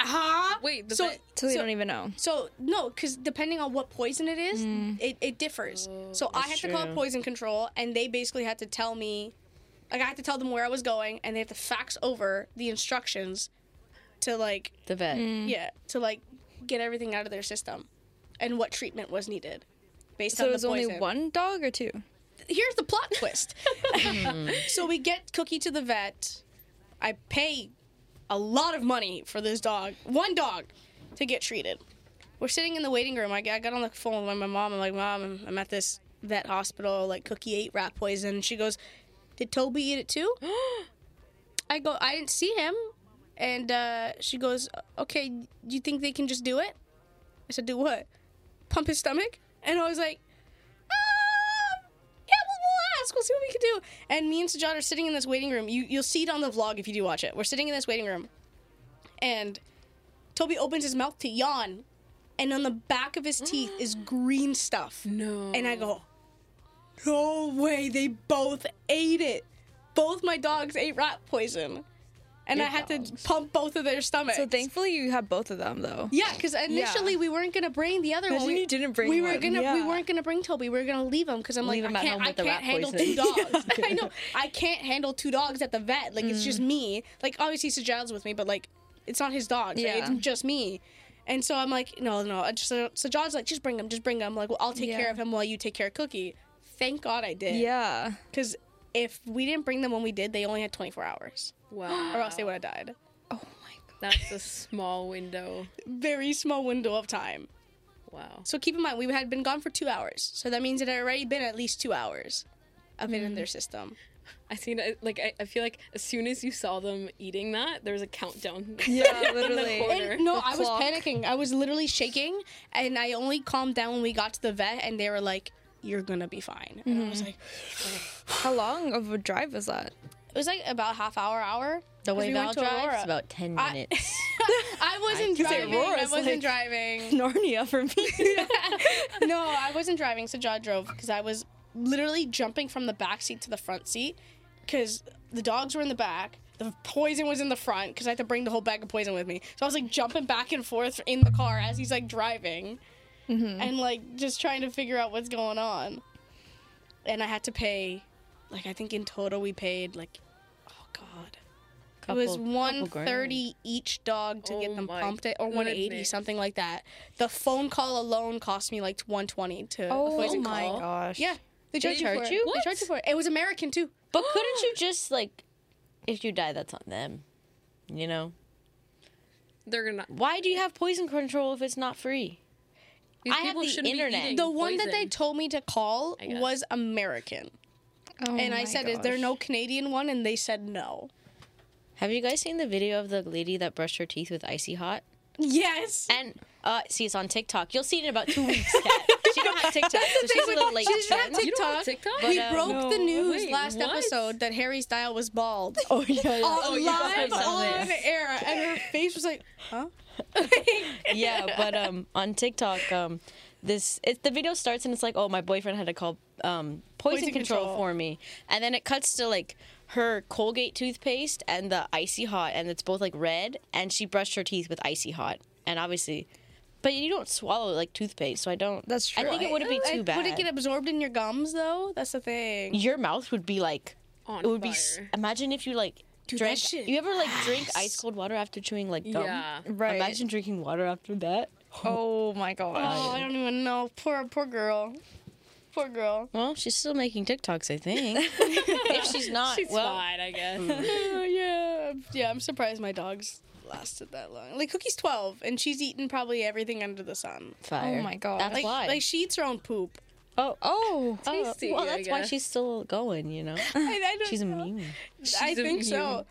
S2: Huh?
S3: Wait, the
S2: so,
S3: vet-
S4: So we
S2: so
S4: don't even know.
S2: so no, because depending on what poison it is,
S4: Mm.
S2: it, it differs. so I had to call
S5: true.
S2: poison control, and they basically had to tell me, like I had to tell them where I was going, and they had to fax over the instructions to like
S5: the vet.
S4: Mm.
S2: yeah to like get everything out of their system, and what treatment was needed based
S4: So
S2: on
S4: it
S2: the
S4: was only
S2: poison
S4: one dog or two?
S2: here's the plot twist. so we get Cookie to the vet. I pay a lot of money for this dog, one dog, to get treated. We're sitting in the waiting room. I got, I got on the phone with my mom. I'm like, Mom, I'm- I'm at this vet hospital. Like, Cookie ate rat poison. She goes, Did Toby eat it too? I go, I didn't see him. And uh, she goes, Okay, do you think they can just do it? I said, Do what? Pump his stomach? And I was like, um, yeah, we'll, we'll ask. We'll see what we can do. And me and Sajad are sitting in this waiting room. You, you'll see it on the vlog if you do watch it. We're sitting in this waiting room, and Toby opens his mouth to yawn, and on the back of his teeth is green stuff.
S3: No.
S2: And I go, no way, they both ate it. Both my dogs ate rat poison. And I had to pump both of their stomachs.
S4: So thankfully you have both of them though.
S2: Yeah, because initially we weren't gonna bring the other one.
S4: Imagine
S2: We
S4: you didn't bring
S2: We were
S4: one.
S2: gonna we
S4: Yeah.
S2: weren't gonna bring Toby. We were gonna leave him because I'm
S5: Leave
S2: like
S5: him
S2: I
S5: at
S2: can't,
S5: home
S2: I
S5: with the
S2: can't
S5: rat
S2: handle
S5: poison.
S2: two dogs. I know I can't handle two dogs at the vet. Like it's just me. Like obviously Sajad's with me, but like it's not his dog. Yeah,
S4: Yeah.
S2: it's just me. And so I'm like, no, no. I just, so John's like, just bring him, just bring him. Like, well, I'll take
S4: Yeah.
S2: care of him while you take care of Cookie. Thank God I did.
S4: Yeah.
S2: Because if we didn't bring them when we did, they only had 24 hours,
S3: Wow.
S2: or else they would have died.
S3: That's a small window.
S2: Very small window of time.
S3: Wow.
S2: So keep in mind, we had been gone for two hours. So that means it had already been at least two hours of it in their system.
S3: I seen it, like I, I feel like as soon as you saw them eating that, there was a countdown.
S4: Yeah,
S3: literally.
S4: literally.
S3: corner.
S2: And no,
S4: The
S2: I was
S4: clock.
S2: panicking. I was literally shaking, and I only calmed down when we got to the vet, and they were like, "You're gonna be fine." And I was like,
S4: How long of a drive was that?
S2: "It was like about half hour, hour."
S5: The
S2: 'cause
S5: way
S2: we
S5: Val
S2: went to
S5: drives
S2: Aurora.
S5: is about 10
S2: I-
S5: minutes.
S2: I wasn't
S4: Because
S2: driving. I
S4: Aurora's
S2: wasn't
S4: like-
S2: driving.
S4: Narnia for me.
S2: No, I wasn't driving. So Jaw drove because I was literally jumping from the back seat to the front seat because the dogs were in the back. The poison was in the front because I had to bring the whole bag of poison with me. So I was like jumping back and forth in the car as he's like driving and like just trying to figure out what's going on. And I had to pay, like, I think in total we paid like, oh God. it was
S5: Couple- couple
S2: one
S5: grand.
S2: thirty each dog to get
S3: Oh
S2: them
S3: my
S2: pumped, at, or one eighty
S3: goodness.
S2: something like that. The phone call alone cost me like one twenty to. a poison
S3: my
S2: call.
S4: gosh.
S2: Yeah, they charge you
S5: charge
S2: for it.
S5: you?
S2: They
S5: What?
S2: charge you for it. It was American too.
S5: But couldn't you just like, if you die, that's on them. You know,
S3: They're gonna.
S5: why do you have poison control if it's not free?
S3: These
S5: I have
S3: people
S5: the
S3: shouldn't be
S5: internet.
S3: eating
S2: The one that they
S3: poison.
S2: told me to call
S3: guess.
S2: was American, and I said, "Is there no Canadian one?" And they said no.
S5: Have you guys seen the video of the lady that brushed her teeth with icy hot?
S2: Yes.
S5: And uh, see, it's on TikTok. You'll see it in about two weeks. Kat. she don't have TikTok, so she's a little late.
S2: She didn't have
S5: trend.
S3: You don't have
S2: TikTok.
S3: TikTok?
S2: we
S5: But, um,
S2: broke the
S4: No.
S2: news
S3: Wait,
S2: last
S3: what?
S2: episode that Harry Style was bald.
S5: Oh yeah,
S2: Oh, live
S5: I saw
S2: on
S5: this.
S2: air, and her face was like, "Huh."
S5: yeah, but um, on TikTok, um, this it, the video starts and it's like, oh, my boyfriend had to call um, poison,
S2: Poison
S5: control,
S2: control.
S5: for me, and then it cuts to like her Colgate toothpaste and the icy hot, and it's both like red, and she brushed her teeth with icy hot, and obviously, but you don't swallow like toothpaste, so I don't.
S4: That's
S5: I
S4: true.
S5: think it wouldn't be too
S2: It-
S5: bad.
S2: Would it get absorbed in your gums though? That's the thing.
S5: Your mouth would be like
S3: On
S5: it would be. s-
S3: fire.
S5: Imagine if you like.
S2: Dude, that
S5: drank,
S2: shit-
S5: you ever like drink ice cold water after chewing like gum?
S3: Yeah.
S4: Right.
S5: Imagine drinking water after that.
S4: Oh my gosh.
S2: Oh, I don't even know. Poor, poor girl. Poor girl.
S5: Well, she's still making TikToks, I think. if she's not,
S3: She's
S5: well,
S3: fine, I guess.
S2: Oh, yeah, yeah. I'm surprised my dogs lasted that long. Like Cookie's 12, and she's eaten probably everything under the sun.
S5: fire.
S4: Oh my God.
S5: That's
S2: Like,
S5: why.
S2: like she eats her own poop.
S5: oh,
S4: Oh.
S5: oh,
S3: tasty,
S5: well,
S3: I
S5: that's why
S3: guess.
S5: she's still going. You know,
S2: I, I don't
S5: she's
S2: know.
S5: immune.
S2: I
S3: She's
S2: think
S3: immune.
S2: so.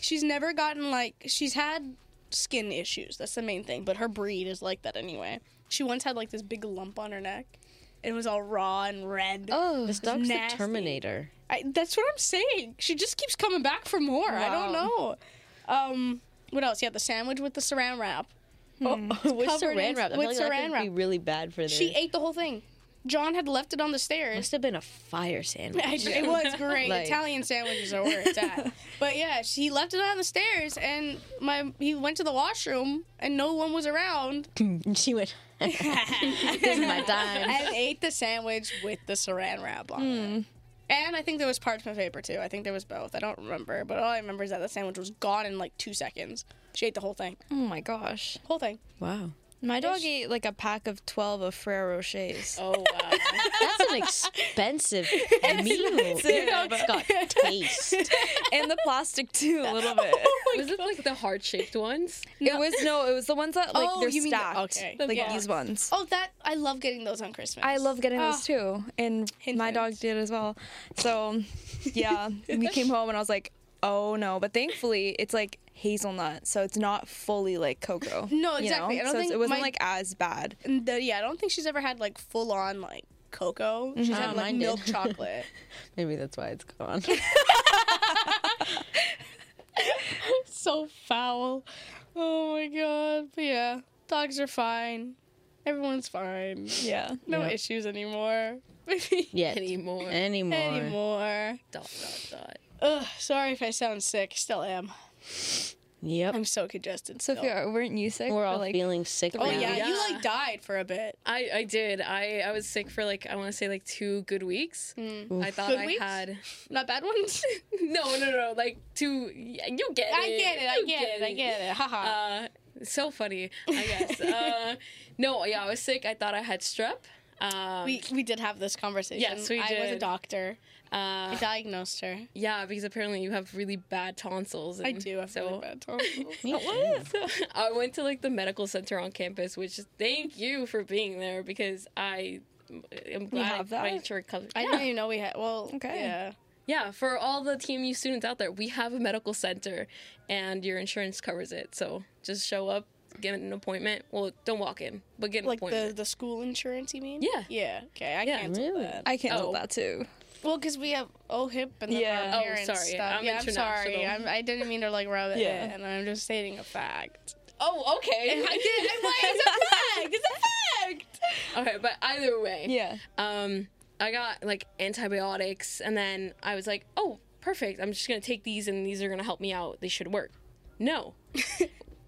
S2: She's never gotten like she's had skin issues. That's the main thing. But her breed is like that anyway. She once had like this big lump on her neck. It was all raw and red.
S4: Oh.
S5: This dog's
S2: nasty.
S5: the Terminator.
S2: I, that's what I'm saying. She just keeps coming back for more. I don't know. Um, what else? Yeah, the sandwich with the saran wrap.
S5: Oh, with
S2: covered
S5: saran
S2: in-
S5: wrap. I
S2: with
S5: feel like that
S2: saran
S5: could
S2: wrap.
S5: be really bad for this.
S2: She ate the whole thing. John had left it on the stairs.
S5: Must have been a fire sandwich.
S2: I- It was great.
S5: Like-
S2: Italian sandwiches are where it's at. but yeah, she left it on the stairs, and my he went to the washroom, and no one was around,
S5: And she went. this is my time.
S2: and ate the sandwich with the Saran wrap on.
S4: Hmm.
S2: it. And I think there was parchment paper too. I think there was both. I don't remember, but all I remember is that the sandwich was gone in like two seconds. She ate the whole thing.
S4: Oh my gosh.
S2: Whole thing.
S5: Wow,
S4: My dog ate like a pack of 12 of Frere Rochers.
S3: Oh wow.
S5: that's an expensive meal. It's got taste.
S4: and the plastic too, a little bit.
S3: Was it like the heart shaped ones?
S4: It was no, it was the ones that like
S2: Oh,
S4: they're
S2: you mean the-
S4: stacked,
S2: okay.
S4: like
S3: Yeah.
S4: these ones.
S2: Oh, that I love getting those on Christmas.
S4: I love getting
S2: Ah.
S4: those too, and
S2: Hint,
S4: my dog
S2: hint.
S4: did as well. So, yeah, we came home and I was like, "Oh no!" But thankfully, it's like hazelnut, so it's not fully like cocoa.
S2: No, exactly. I don't
S4: so it's-
S2: think
S4: it wasn't
S2: my-
S4: like as bad.
S2: And the- yeah, I don't think she's ever had like full on like cocoa.
S4: Mm-hmm.
S2: She's
S5: Oh,
S2: had like
S5: mine did.
S2: milk chocolate.
S5: Maybe that's why it's gone.
S2: so foul. Oh my god. But yeah, dogs are fine. Everyone's fine.
S4: Yeah.
S2: No
S5: Yep.
S2: issues anymore. Maybe
S5: Yet.
S3: Anymore.
S5: Anymore.
S2: anymore.
S3: Dot dot dot.
S2: Ugh, sorry if I sound sick. Still am.
S5: Yep.
S2: I'm so congested. still.
S4: Sophia, weren't you sick?
S5: We're
S4: for,
S5: all
S4: like,
S5: feeling sick.
S2: Oh
S5: now.
S2: yeah, you
S3: Yeah.
S2: like died for a bit.
S3: I, I did. I, I was sick for like I want to say like two good weeks. I thought
S2: Good
S3: I
S2: weeks?
S3: had
S2: Not bad ones.
S3: no no no like two. yeah, You get it.
S2: I get it. I
S3: You
S2: get it. I get it. Haha.
S3: Uh, so funny. I guess. uh, no, yeah, I was sick. I thought I had strep. Um,
S2: We, we did have this conversation.
S3: Yes, we
S2: I was a
S3: did.
S2: doctor. I
S3: uh,
S2: diagnosed her.
S3: yeah, because apparently you have really bad tonsils.
S2: I
S3: and
S2: do. I feel
S3: Mm-hmm. so
S2: really bad. Tom.
S5: Me
S3: So I went to like the medical center on campus, which thank you for being there because I am glad
S4: have that?
S3: my insurance covered.
S2: I
S3: yeah.
S2: didn't even know we had. Well,
S4: Okay.
S2: Yeah.
S3: yeah, for all the TMU students out there, we have a medical center, and your insurance covers it. So just show up, get an appointment. Well, don't walk in, but get an
S2: Like the,
S3: appointment.
S2: the school insurance, you mean?
S3: Yeah.
S2: Yeah. Okay. I
S3: Yeah.
S2: canceled
S5: Really?
S2: that.
S4: I canceled
S3: Oh.
S4: that too.
S2: Well, because we have OHIP and then
S4: Yeah.
S2: our
S3: Oh,
S2: parents
S3: sorry.
S2: stuff.
S3: I'm
S2: yeah, I'm sorry.
S3: international.
S2: I'm, I didn't mean to like rub it
S4: Yeah.
S2: in. I'm just stating a fact.
S3: oh, okay.
S2: I did. I'm like, it's a fact. It's a fact.
S3: okay, but either way,
S4: Yeah.
S3: um, I got like antibiotics, and then I was like, oh, perfect. I'm just gonna take these, and these are gonna help me out. They should work. No.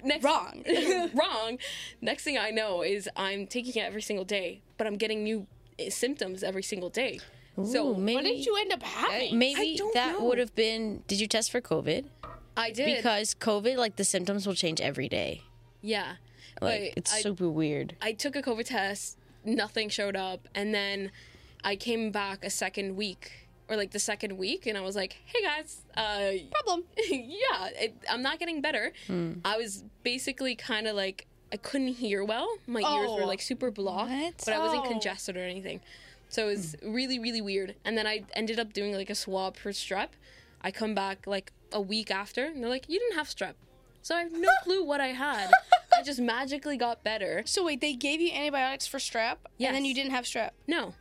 S3: Next,
S2: Wrong.
S3: wrong. Next thing I know is I'm taking it every single day, but I'm getting new eh, symptoms every single day. so
S5: Ooh, maybe
S2: What did you end up having?
S5: maybe
S3: I don't
S5: that
S3: know.
S5: would have been. Did you test for COVID?
S3: I did.
S5: Because COVID, like the symptoms will change every day.
S3: yeah.
S5: Like
S3: But
S5: it's
S3: I,
S5: super weird.
S3: I took a COVID test, nothing showed up, and then I came back a second week or like the second week, and I was like, "Hey guys, uh,
S2: problem.
S3: yeah, it, I'm not getting better.
S2: Hmm.
S3: I was basically kind of like I couldn't hear well. My ears were
S2: Oh.
S3: like super blocked,
S4: What?
S3: but I wasn't
S2: Oh.
S3: congested or anything. So it was
S2: Hmm.
S3: really really weird. And then I ended up doing like a swab for strep. I come back like a week after, and they're like, "You didn't have strep." So I have no clue what I had. I just magically got better.
S2: So wait, they gave you antibiotics for strep, and then
S3: Yes.
S2: you didn't have strep.
S3: No,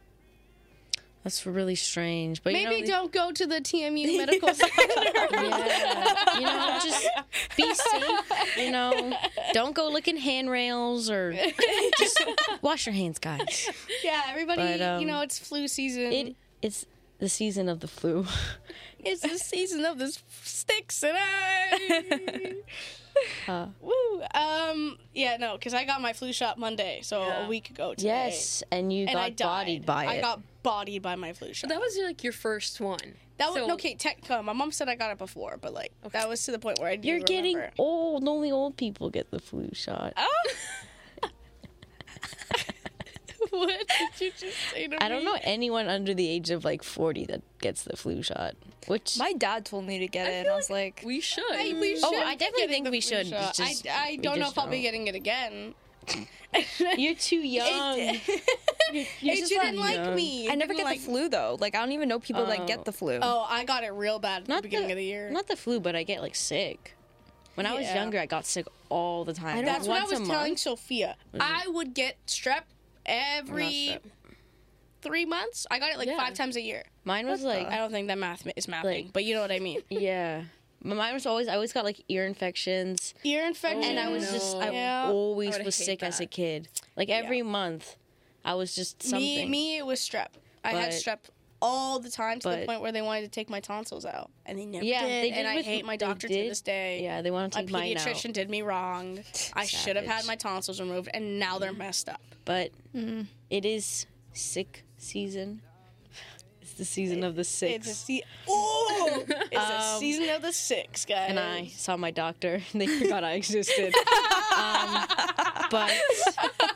S5: That's really strange. But
S2: Maybe
S5: you know,
S2: don't go to the TMU medical center.
S5: yeah, you know, just be safe. You know, don't go licking handrails or just wash your hands, guys.
S2: yeah, everybody.
S5: But, um,
S2: you know, it's flu season.
S5: It it's the season of the flu.
S2: It's the season of the s- sticks and I.
S5: Uh,
S2: Woo. Um. Yeah. No, because I got my flu shot Monday, so a
S3: Yeah.
S2: week ago today.
S5: yes, and you
S2: And
S5: got
S2: I died.
S5: bodied by
S2: I
S5: it.
S2: got bodied by my flu shot.
S3: that was like your first one.
S2: That was
S3: so-
S2: okay. Tech. uh, My mom said I got it before, but like that was to the point where I. didn't
S5: You're getting
S2: remember.
S5: old. Only old people get the flu shot.
S2: Oh. what did you just say to me?
S5: I don't know anyone under the age of like 40 that gets the flu shot. Which
S4: My dad told me to get it, and I was like,
S3: We should.
S2: I, we
S5: Oh,
S2: should
S5: I
S2: be
S5: definitely
S2: getting
S5: think
S2: the
S5: we
S2: flu
S5: should.
S2: shot. I,
S5: Just-
S2: I
S5: we
S2: don't know
S5: just
S2: if I'll be
S5: don't.
S2: getting it again.
S5: you're too young.
S2: Hey, you didn't like me.
S4: I never
S2: Didn't
S4: get
S2: like-
S4: the flu though. Like I don't even know people that
S5: Oh.
S4: get the flu.
S2: Oh, I got it real bad at the
S5: not
S2: beginning of the year.
S5: Not the flu, but I get like sick. When I was
S2: Yeah.
S5: younger, I got sick all the time.
S2: That's what I
S5: Once
S2: was
S5: a
S2: telling
S5: month. Mm.
S2: Sophia. I would get strep every
S5: strep.
S2: three months. I got it like
S3: Yeah.
S2: five times a year.
S5: Mine was like,
S2: I don't think that math ma- is mapping,
S5: Like-
S2: but you know what I mean.
S5: yeah. My- Mine was always. I always got like ear infections,
S2: Ear infection.
S5: and I was just. I
S2: Yeah.
S3: I
S5: always
S3: would've
S5: was
S3: hate
S5: sick as
S3: that.
S5: a kid. Like every month, I was just
S2: me.
S5: something.
S2: Me, it was strep. I had
S5: But-
S2: strep all the time to the
S5: but-
S2: point where they wanted to take my tonsils out, and they never
S5: Yeah,
S2: did.
S5: they did
S2: and I
S5: with-
S2: hate my
S5: they
S2: doctor to
S5: did.
S2: this day.
S5: Yeah, they want to
S2: My
S5: take mine out.
S2: pediatrician did me wrong. I should have had
S5: Savage.
S2: my tonsils removed, and now they're messed up.
S5: but
S2: Mm-hmm.
S5: it is sick season. It's the season of the sick.
S2: It's a se- oh, it's a season of the six, guys.
S5: Um, and I saw my doctor. and They forgot I existed. um, but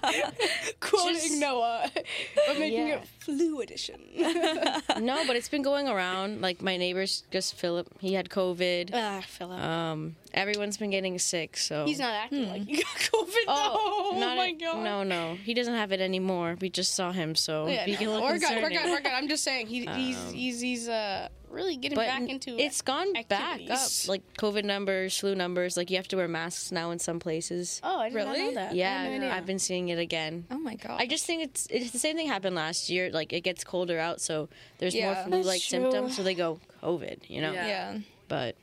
S2: quoting
S5: Just-
S2: Noah, but making
S5: Yeah.
S2: it flu edition.
S5: no, but it's been going around. Like my neighbors, just Philip, he had COVID.
S2: ah, Philip.
S5: Um, everyone's been getting sick. So
S2: He's not acting like you got COVID.
S5: Hmm. Oh,
S2: no, oh
S5: not
S2: my
S5: a-
S2: god. Oh,
S5: No, no, he doesn't have it anymore. We just saw him, so
S2: Yeah,
S5: be a
S2: no.
S5: little
S2: We're good. We're
S5: concerning.
S2: good. We're good. I'm just saying he, he's
S5: Um,
S2: he's he's uh really getting
S5: But
S2: back into it.
S5: it's gone back up.
S2: activities.
S5: Like COVID numbers, flu numbers. Like you have to wear masks now in some places.
S2: oh, I did not
S3: Really?
S2: know that. I
S5: yeah,
S2: had no idea.
S5: I've been seeing it again.
S4: Oh my god.
S5: I just think it's it's the same thing happened last year. Like it gets colder out, so there's
S4: Yeah.
S5: more flu like
S2: That's true.
S5: symptoms, so they go COVID. You know,
S3: Yeah.
S4: yeah.
S5: but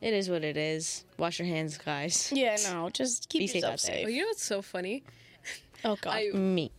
S5: it is what it is. Wash your hands, guys.
S2: yeah, no, just keep
S5: Be safe
S2: yourself
S5: out there.
S2: safe.
S3: Well, you know what's so funny?
S2: Oh god.
S3: I
S5: Me.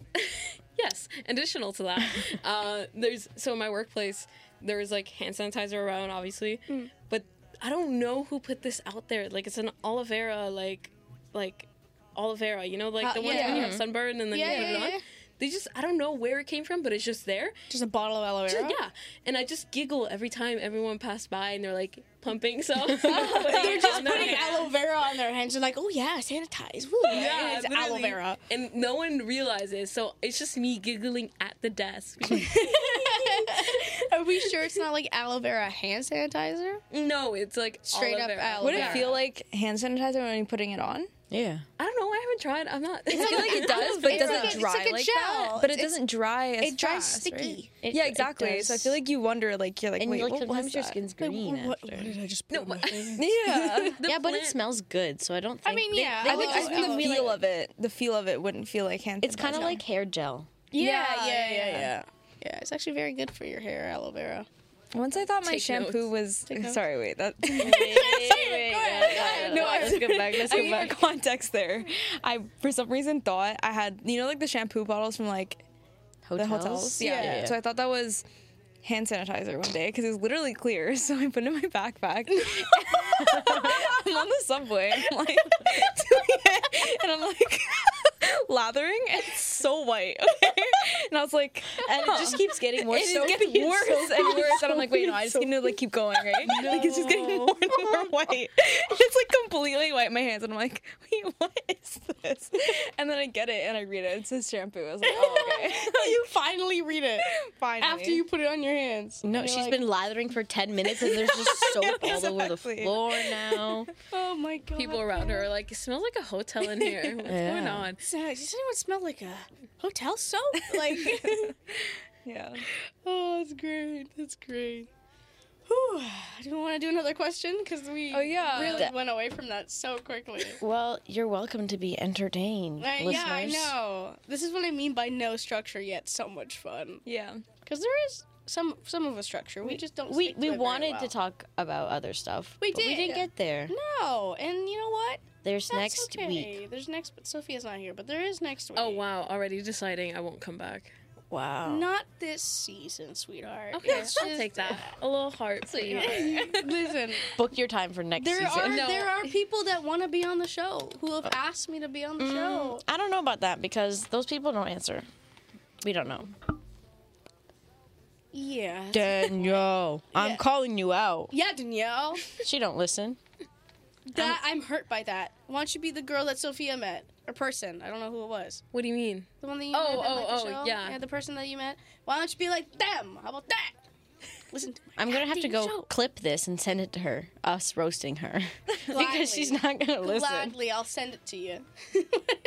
S3: Yes. Additional to that, uh, there's so in my workplace there's like hand sanitizer around, obviously,
S2: Hmm.
S3: but I don't know who put this out there. Like it's an aloe vera, like like aloe vera. You know, like
S2: Uh,
S3: the ones
S2: yeah.
S3: when you have sunburn and then
S2: Uh, yeah,
S3: you put
S2: yeah,
S3: it on.
S2: yeah.
S3: They just I don't know where it came from, but it's just there.
S2: Just a bottle of aloe vera.
S3: Yeah, and I just giggle every time everyone passed by and they're like pumping some. they're just
S2: Putting aloe vera on their hands and like, oh yeah, sanitize. Woo.
S3: yeah,
S2: And it's aloe
S3: literally.
S2: vera.
S3: and no one realizes. So it's just me giggling at the desk.
S2: Are we sure it's not like aloe vera hand sanitizer?
S3: no, it's like
S2: Straight
S3: aloe
S2: up
S3: vera.
S2: aloe
S4: Would
S2: Yeah.
S4: it feel like hand sanitizer when you're putting it on?
S5: Yeah.
S3: I don't know. I haven't tried. I'm not.
S4: I feel like it does, but it
S2: It's
S4: doesn't
S2: like a- it's
S4: dry
S2: like a
S4: that.
S2: gel.
S4: But it
S2: It's-
S4: doesn't dry as
S2: it dries
S4: fast, right?
S2: sticky.
S5: It-
S4: yeah,
S5: it
S4: exactly. So I
S5: does.
S4: feel like you wonder, like you're like,
S5: And
S4: wait,
S5: like
S4: what
S5: sometimes
S4: was
S5: your
S4: that?
S5: skin's green.
S2: What,
S5: after.
S2: what did I just put on my hand?
S4: Yeah,
S5: yeah, but it
S3: plant-
S5: smells good, so I don't. Think
S2: I mean,
S5: they-
S2: yeah,
S5: they
S2: I
S4: I
S5: would
S4: think
S2: think
S5: just
S4: I
S2: it's
S4: think
S5: be
S4: the
S5: like-
S4: feel of it, the feel of it wouldn't feel like hand.
S5: It's kind of
S4: sanitizer.
S5: like hair gel.
S2: Yeah,
S4: Yeah,
S2: yeah, yeah,
S4: yeah.
S2: yeah. Yeah, it's actually very good for your hair, aloe vera.
S4: once I thought my
S3: Take
S4: shampoo was. Sorry, wait, that.
S2: No,
S4: no, let's get back. Let's
S2: I
S4: get
S2: mean,
S4: back. Context there. I for some reason thought I had you know like the shampoo bottles from like the
S5: Hotels.
S4: hotels. Yeah. So I thought that was hand sanitizer one day because it was literally clear. So I put it in my backpack. I'm on the subway. I'm like, doing it, and I'm like lathering. And it's so white. Okay? And I was like,
S5: and it just keeps getting worse.
S4: it just gets worse and worse. And I'm like, wait, no, I just need to like keep going, right? Like it's just getting more and more white. It's like completely white in my hands, and I'm like, wait, what is this? And then I get it and I read it. It says shampoo. I was like, oh, okay.
S2: you finally read it
S4: Finally.
S2: after you put it on your hands.
S5: no,
S2: You're
S5: she's
S2: like,
S5: been lathering for ten minutes, and there's just soap all over the
S4: Exactly.
S5: floor now.
S2: Oh my god.
S3: people around her are like, it smells like a hotel in here. What's
S5: Yeah.
S3: going on?
S2: So, uh, does anyone smell like a hotel soap? Like,
S4: Yeah.
S2: oh, that's great. That's great. Whew. Do you want to do another question? Because we
S4: Oh, yeah.
S2: really
S5: That-
S2: went away from that so quickly.
S5: Well, you're welcome to be entertained,
S2: Uh,
S5: listeners.
S2: yeah, I know. This is what I mean by no structure yet. So much fun.
S4: Yeah.
S2: Because there is some some of a structure. We, just don't.
S5: We
S2: stick to
S5: we
S2: it very
S5: wanted
S2: well.
S5: to talk about other stuff.
S2: We
S5: but We
S2: did.
S5: didn't get there.
S2: No, and you know what?
S5: There's
S2: That's
S5: next
S2: okay.
S5: week.
S2: There's next, but Sophia's not here. But there is next week.
S3: Oh wow! Already deciding I won't come back.
S5: Wow.
S2: Not this season, sweetheart.
S3: Okay, I'll take that. A little heart.
S2: Listen,
S5: Book your time for next
S2: there
S5: season.
S2: are
S3: No.
S2: there are people that want to be on the show who
S5: Oh.
S2: have asked me to be
S5: Mm.
S2: on the show.
S5: I don't know about that because those people don't answer. We don't know.
S2: Yeah.
S5: Danielle, I'm
S2: Yeah.
S5: calling you out.
S2: yeah, Danielle.
S5: She don't listen.
S2: That I'm, hurt by that. Why don't you be the girl that Sophia met or person? I don't know who it was.
S3: What do you mean?
S2: The one that you
S3: Oh,
S2: met that
S3: oh,
S2: liked the
S3: oh,
S2: show?
S3: yeah.
S2: The person that you met. Why don't you be like them? How about that? Listen to
S5: I'm gonna have to
S2: Acting
S5: go
S2: joke.
S5: clip this and send it to her. Us roasting her because she's not gonna
S2: me.
S5: listen.
S2: Gladly, I'll send it to you.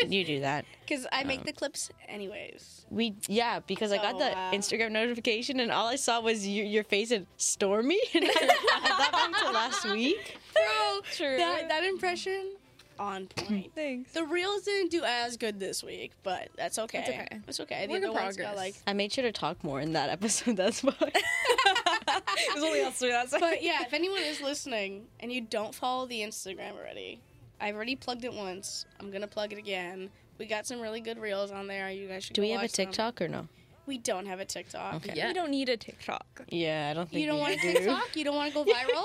S5: You do that. Oh.
S2: Because I make the clips anyways.
S5: We yeah because I got
S2: Oh,
S5: the
S2: wow.
S5: Instagram notification and all I saw was your, your face and Stormy. And I that went to last week.
S2: Bro,
S4: True.
S2: that, that impression, on point.
S4: Thanks.
S2: The reels didn't do as good this week, but that's okay. It's
S4: okay.
S2: It's okay. The
S3: Work in
S2: other ones got like,
S3: progress.
S5: I made sure to talk more in that episode. That's why.
S4: It was only us three. That's
S2: but yeah. If anyone is listening and you don't follow the Instagram already, I've already plugged it once. I'm gonna plug it again. We got some really good reels on there. You guys should.
S5: Do
S2: go
S5: we have a
S2: watch them.
S5: TikTok or no?
S2: We don't have a TikTok.
S5: Okay.
S3: Yeah.
S4: You don't need a TikTok.
S5: Yeah, I don't think
S2: You don't
S5: we
S2: want a
S5: do.
S2: TikTok. You don't want to go viral.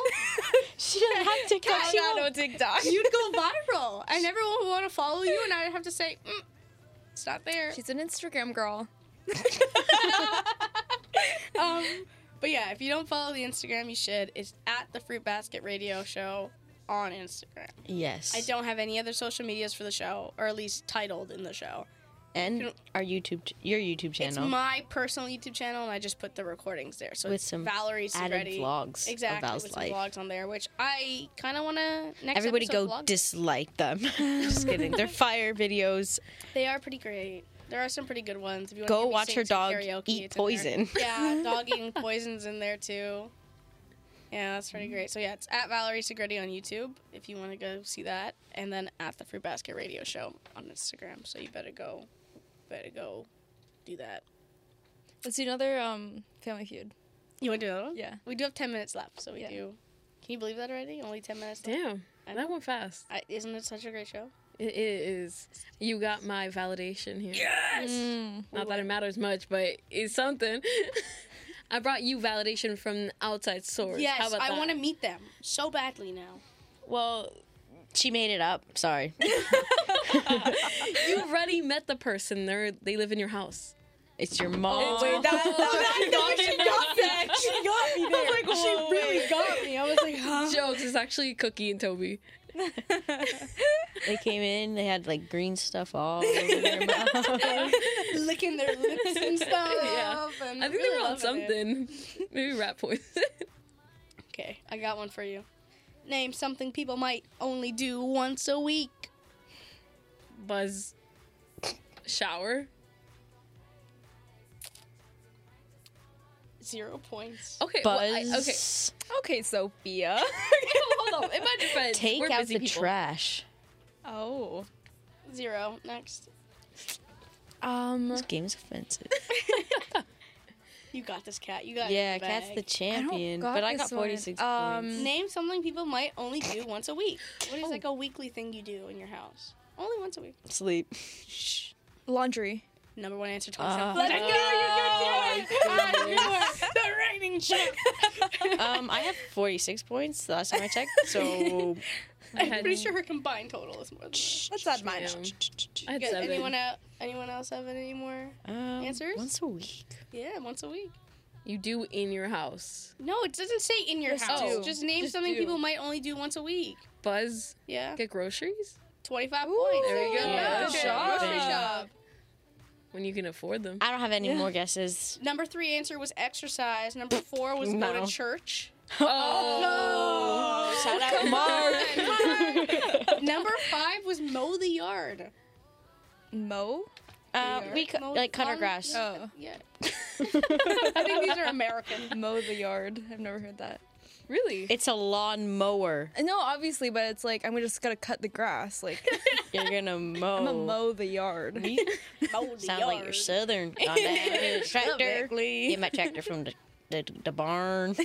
S5: She doesn't have TikTok.
S4: I'm
S5: she
S4: not
S5: won't-
S4: on TikTok.
S2: You'd go viral, and everyone would want to follow you, and I'd have to say, mm, it's not there.
S4: She's an Instagram girl.
S2: um, but yeah, if you don't follow the Instagram, you should. It's at the Fruit Basket Radio Show on Instagram.
S5: Yes.
S2: I don't have any other social medias for the show, or at least titled in the show.
S5: And our YouTube, ch- your YouTube
S2: It's
S5: channel
S2: my personal YouTube channel, and I just put the recordings there. So
S5: With
S2: it's
S5: some
S2: Valerie
S5: added
S2: Segretti.
S5: vlogs
S2: Exactly,
S5: of Val's
S2: with some
S5: life.
S2: vlogs on there, which I kind of want to next
S5: Everybody
S2: episode
S5: go
S2: vlog.
S5: dislike them. Just kidding. They're fire videos.
S2: They are pretty great. There are some pretty good ones. If you wanna
S5: Go
S2: hear me
S5: watch
S2: sing
S5: her
S2: some
S5: dog
S2: karaoke,
S5: eat
S2: it's in there.
S5: poison.
S2: Yeah, dog eating poison's in there too. Yeah, that's pretty great. So yeah, it's at Valerie Segretti on YouTube if you want to go see that, and then at the Fruit Basket Radio Show on Instagram. So you better go, better go, do that.
S4: Let's do another um Family Feud.
S2: You want to do another one?
S4: Yeah.
S2: We do have ten minutes left, so we
S4: Yeah.
S2: do. Can you believe that already? Only ten minutes. left?
S3: Damn,
S2: I
S3: that went fast.
S2: I, isn't it such a great show?
S3: It is. You got my validation here.
S4: Mm.
S3: Not that it matters much, but it's something. I brought you validation from outside source.
S2: Yes,
S3: How about
S2: I
S3: that?
S2: want to meet them so badly now.
S3: Well,
S5: She made it up. Sorry.
S3: You already met the person. They are they live in your house.
S5: It's your mom.
S4: Wait, that, that, that, she got that. She got me there. Oh, like, she really got me. I was like, huh?
S3: Jokes. It's actually Cookie and Toby.
S5: They came in. They had like green stuff all over their mouth.
S2: licking their lips and stuff.
S3: Yeah.
S2: and
S3: I think
S2: really
S3: they were on
S2: loving it.
S3: something. Maybe rat poison.
S2: Okay, I got one for you. Name something people might only do once a week.
S3: Buzz. Shower.
S2: Zero points.
S3: Okay. well, I-
S5: Buzz.
S3: okay.
S4: Okay, Sophia.
S3: Hold on. In my defense,
S5: Take
S3: we're
S5: out
S3: busy
S5: the
S3: people.
S5: trash.
S4: oh.
S2: Zero. Next.
S4: Um,
S5: This game's offensive.
S2: You got this, cat. You got it in
S5: yeah,
S2: the
S5: Cat's the
S2: bag.
S5: champion,
S4: got
S5: but I
S4: this
S5: got
S4: one.
S5: 46
S4: Um,
S5: points.
S2: Name something people might only do once a week. What
S3: Oh.
S2: is like a weekly thing you do in your house? Only once a week.
S5: Sleep.
S4: laundry.
S2: Number one answer,
S5: Uh,
S3: Uh-huh.
S2: 27. Let's go. You can
S3: Oh.
S2: do it. I knew it. The reigning champ.
S3: Uh,
S5: um, I have 46 points the last time I checked, so
S3: I
S2: I'm
S3: had,
S2: pretty sure her combined total is more than that.
S4: Let's add mine.
S3: Yeah. I had
S2: Good.
S3: seven.
S2: Anyone out? Anyone else have any more?
S5: um,
S2: Answers?
S5: once a week.
S2: Yeah, once a week.
S3: You do in your house.
S2: No, it doesn't say in your
S4: Just
S2: house.
S3: do.
S2: Just name
S3: Just
S2: something
S3: do.
S2: people might only do once a week.
S3: Buzz.
S2: Yeah,
S3: Get groceries
S2: 25 points.
S3: There you go.
S2: Yeah.
S3: Good
S5: job.
S2: Grocery shop.
S3: when you can afford them.
S5: I don't have any more guesses.
S2: Number three answer was exercise. Number four was go
S5: No.
S2: to church.
S3: Oh,
S5: Shout out Mark.
S2: Number five was mow the yard.
S4: Mo?
S5: Uh, we cu-
S2: Mow-
S5: like cut our
S2: lawn-
S5: grass.
S4: Oh.
S2: Yeah. I think these are American.
S4: Mow the yard. I've never heard that.
S3: Really?
S5: It's a lawn mower.
S4: No, obviously, but it's like, I'm just gonna cut the grass. Like,
S5: You're gonna mow.
S4: I'm gonna Oh. mow the yard.
S2: Mow the
S5: Sound
S2: yard.
S5: like you're southern. on that tractor. Get my tractor from the, the, the barn.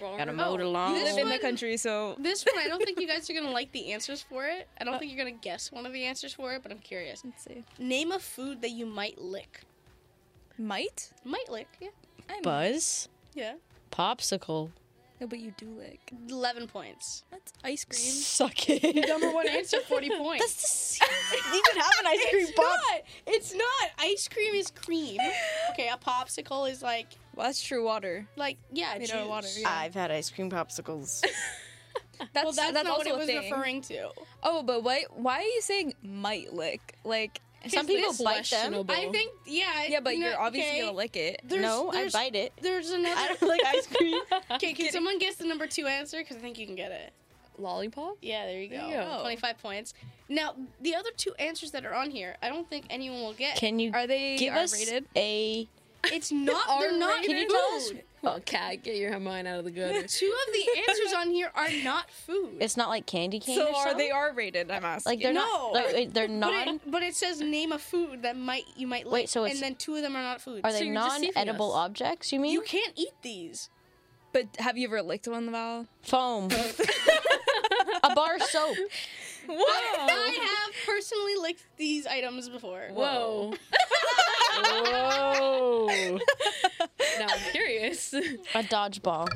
S5: Gotta mow the lawn.
S4: I live in the
S2: one-
S4: country, so
S2: This one, I don't think you guys are gonna like the answers for it. I don't think you're gonna guess one of the answers for it, but I'm curious.
S4: let's see.
S2: Name a food that you might lick.
S4: Might?
S2: Might lick, yeah,
S4: I might.
S5: Buzz.
S2: yeah.
S5: Popsicle.
S4: No, but you do lick.
S2: Eleven points.
S4: That's ice cream.
S5: Suck it.
S2: Number one answer, forty points.
S5: That's the even have an ice cream
S2: It's not. It's not. Ice cream is cream. Okay, a popsicle is like
S4: Well, that's true water.
S2: like yeah,
S4: Made
S2: juice.
S4: out of water. Yeah.
S5: I've had ice cream popsicles.
S4: That's,
S2: Well, that's,
S4: that's
S2: not
S4: also
S2: what it
S4: a
S2: was
S4: thing.
S2: referring to.
S4: Oh, but why? Why are you saying might lick? Like
S5: Some people bite them.
S3: questionable?
S2: I think yeah.
S4: yeah, but
S2: no,
S4: you're obviously
S2: okay.
S4: gonna lick it.
S2: There's,
S5: no, I
S2: there's,
S5: bite it.
S2: There's another.
S5: I don't like ice cream.
S2: okay, can someone guess the number two answer? Because I think you can get it.
S3: Lollipop?
S2: Yeah, there you go.
S3: you go.
S2: 25 points. Now, the other two answers that are on here, I don't think anyone will get.
S5: Can you
S4: Are they
S5: give us
S4: rated?
S5: a?
S2: it's not, they're not
S3: R-rated?
S2: food.
S3: Oh, cat, get your mind out of the gutter.
S2: Two of the answers on here are not food.
S5: It's not like candy cane.
S4: So
S5: or
S4: are
S5: something?
S4: they are rated? I'm asking.
S5: Like they're
S2: No.
S5: not. Like wait, they're
S2: but,
S5: non.
S2: it, but it says name a food that might you might like.
S5: Wait, so it's-
S2: and then two of them are not food.
S5: Are
S2: So
S5: they
S3: you're deceiving
S5: non-edible
S3: us.
S5: objects? You mean
S2: you can't eat these.
S4: but have you ever licked one, Val?
S5: foam? a bar of soap.
S4: Oh.
S2: I have personally licked these items before.
S3: Whoa.
S5: Whoa!
S3: now I'm curious.
S5: A dodgeball.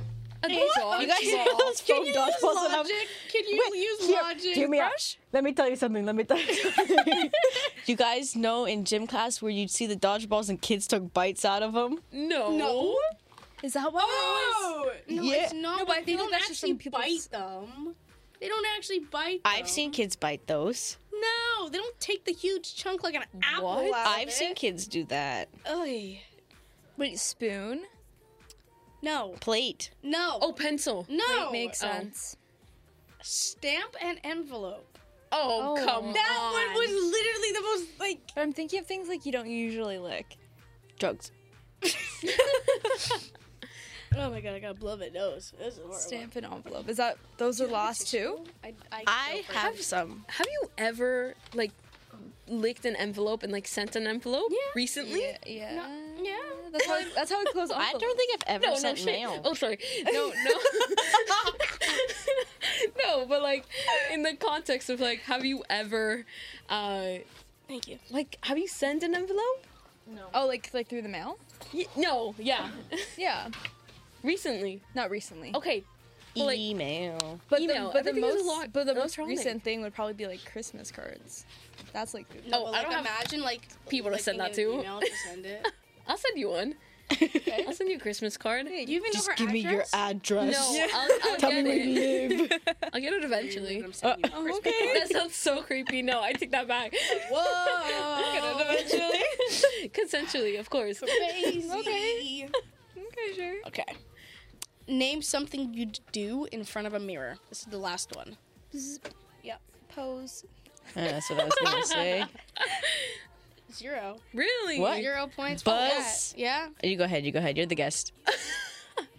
S3: You guys
S5: those foam dodgeballs
S2: Logic? Can you use logic?
S5: Let me tell you something. Let me tell you something. you guys know in gym class where you'd see the dodgeballs and kids took bites out of them?
S3: no.
S2: No.
S4: Is that what?
S2: No,
S5: Yeah.
S2: it's not.
S4: No, but I
S2: they
S4: feel like
S2: don't
S4: that's just
S2: actually
S4: from people's-
S2: bite them. They don't actually bite.
S5: I've
S2: them.
S5: seen kids bite those.
S2: No, they don't take the huge chunk like an apple.
S3: What?
S2: Out
S5: I've seen kids do that.
S2: Oy.
S4: Wait, spoon?
S2: No.
S5: Plate.
S2: No.
S3: Oh, pencil.
S2: no.
S4: makes
S3: Oh.
S4: sense.
S2: Stamp and envelope.
S4: Oh.
S3: Oh, come
S2: That
S3: on.
S2: one was literally the most like.
S4: But I'm thinking of things like you don't usually lick.
S5: Drugs.
S2: Oh my god, I got blood my nose. This is horrible.
S4: Stamp and envelope. Is that those are the last two?
S2: I, I,
S5: I
S2: go for it.
S5: have some.
S3: Have you ever, like, licked an envelope and, like, sent an envelope
S2: Yeah.
S3: recently?
S4: yeah.
S2: Yeah.
S4: That's how that's how it closes.
S5: I don't think I've ever
S3: No, no
S5: sent
S3: shit.
S5: mail.
S3: Oh, sorry. No, no. no, but like in the context of like, have you ever, uh,
S2: Thank you.
S3: like, have you sent an envelope?
S4: Oh, like like through the mail?
S3: Y- no, yeah,
S4: Yeah.
S3: recently.
S4: Not recently.
S3: Okay, like-
S5: Oh, E. email.
S4: But
S3: Email.
S4: the, but
S3: I
S4: the
S3: think there's
S4: most
S3: a lot-
S4: but the
S3: an
S4: most
S3: electronic.
S4: recent thing would probably be like Christmas cards. That's like
S2: No,
S3: Oh,
S2: but,
S3: I
S2: like,
S3: don't have
S2: imagine like
S3: people to send
S2: clicking
S3: that
S2: an
S3: to.
S2: email to send it.
S3: I'll send you one. I'll send you a Christmas card.
S4: Hey,
S2: You even know her address?
S5: address.
S3: No, Oh, I'll, I'll
S5: Tell
S3: get
S5: me where
S3: it.
S5: you live.
S3: I'll get it eventually.
S2: I'm sending you Christmas
S4: okay.
S3: That sounds so creepy. No, I take that back.
S2: Whoa!
S4: eventually.
S3: Consensually, of course.
S2: Crazy.
S4: Okay. okay, sure.
S2: Okay. Name something you do in front of a mirror. This is the last one. Yep.
S4: Pose.
S5: That's what I was gonna say.
S2: Zero.
S3: Really?
S5: What?
S2: Zero points. for that.
S5: Buzz.
S2: Yeah.
S5: You go ahead. You go ahead. You're the guest.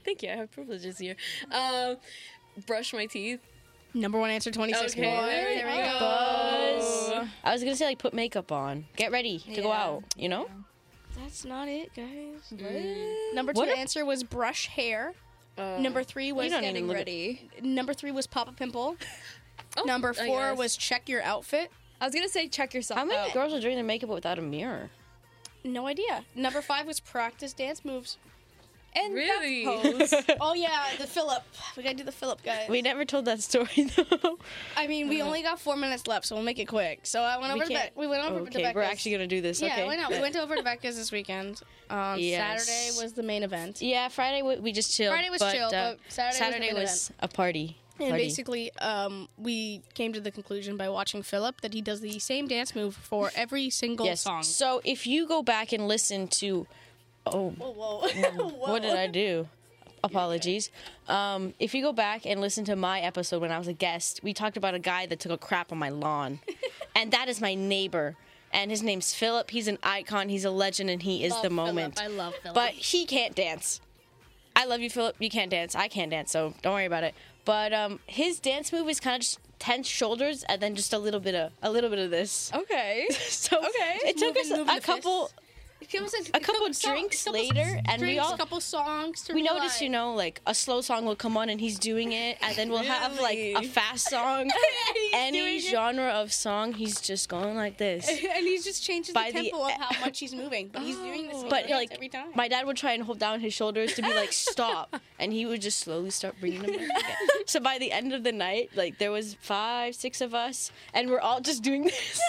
S3: Thank you. I have privileges here. Um, brush my teeth.
S2: Number one answer. Twenty-six.
S3: Okay, Oh.
S2: One.
S3: there we go.
S5: Buzz. I was gonna say like put makeup on, get ready to go
S4: Yeah.
S5: out. You know.
S2: That's not it, guys. Number two
S5: What if-
S2: answer was brush hair.
S3: Uh,
S2: Number three was
S5: don't even
S2: getting
S5: look at-
S2: ready. Number three was pop a pimple.
S3: oh,
S2: Number
S3: I
S2: four
S3: guess.
S2: was check your outfit.
S4: I was gonna say check yourself
S5: How many
S2: Uh,
S4: out.
S5: girls are doing their makeup without a mirror?
S2: No idea. Number five was practice dance moves.
S4: and
S3: Really?
S4: that's pose.
S2: Oh yeah, the Philip. We gotta do the Philip, guys.
S5: We never told that story though.
S2: I mean, we only got four minutes left, so we'll make it quick. So I went
S5: We
S2: over to
S5: can't-
S2: Be- we went over to
S5: Okay,
S2: Becca's.
S5: we're actually gonna do this.
S2: yeah,
S5: okay.
S2: why not? We went over to Becca's this weekend. Um,
S5: Yes.
S2: Saturday was the main event.
S5: Yeah, Friday we, we just chilled.
S2: Friday was
S5: but,
S2: chill,
S5: uh,
S2: but Saturday was the
S5: Saturday
S2: main
S5: was a party.
S2: And
S5: Party.
S2: basically, um, we came to the conclusion by watching Philip that he does the same dance move for every single
S5: yes.
S2: song.
S5: So if you go back and listen to, oh,
S2: Whoa, whoa.
S5: what did I do? Apologies. Um, if you go back and listen to my episode when I was a guest, we talked about a guy that took a crap on my lawn, and that is my neighbor. And his name's Philip. He's an icon. He's a legend, and he is the moment.
S2: I love Philip.
S5: but he can't dance. I love you, Philip. You can't dance. I can't dance, so don't worry about it. But um, his dance move is kind of just tense shoulders and then just a little bit of a little bit of this.
S4: okay.
S5: So
S4: Okay.
S5: it took us
S2: moving- moving
S5: a
S2: the
S5: couple a couple drinks later, and we all
S2: a couple songs to
S5: we noticed, you know, like a slow song will come on and he's doing it, and then we'll have like a
S4: Really?
S5: fast song. Any genre of song, he's just going like this.
S2: and he's just changing
S5: by
S2: the
S5: the- Oh.
S2: tempo of how much he's moving, but he's doing this
S5: But like
S2: every time.
S5: my dad would try and hold down his shoulders to be like stop, and he would just slowly start bringing them. Back again. So by the end of the night, like there was five, six of us, and we're all just doing this.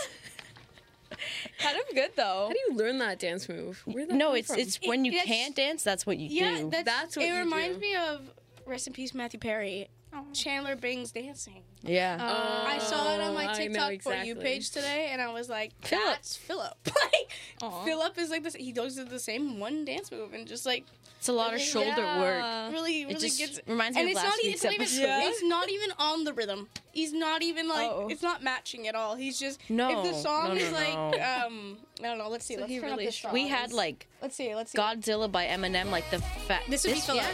S4: kind of good though.
S3: How do you learn that dance move? Where did that
S5: No,
S3: come
S5: it's
S3: from?
S5: it's when you
S2: Yes.
S5: can't dance, that's what you
S2: yeah,
S5: do.
S2: that's,
S3: That's what
S2: it.
S3: you
S2: reminds
S3: do.
S2: me of rest in peace Matthew Perry, Chandler Bing's dancing.
S5: yeah.
S2: Oh. uh, I saw it on my
S3: I
S2: TikTok
S3: know
S2: for you
S3: exactly.
S2: page today, and I was like,
S5: Philip.
S2: "That's Philip." like
S4: Aw.
S2: Philip is like this. He does the same one dance move, and just like
S5: it's a lot of shoulder work.
S2: really, really
S5: Uh, It just
S2: gets.
S5: reminds me
S2: And
S5: of
S2: it's
S5: last
S2: not, e-
S5: week's
S2: it's, not even,
S5: episode.
S2: it's not even on the rhythm. He's not even like
S4: Oh.
S2: it's not matching at all. He's just
S5: No,
S2: If the song
S5: no, no,
S2: is like
S5: no.
S2: um, I don't know. Let's see.
S4: So
S2: let's
S4: he
S2: turn
S4: really
S2: up the song.
S5: We had like
S2: let's see. Let's see.
S5: Godzilla by Eminem, like the fat.
S2: this would be Philip.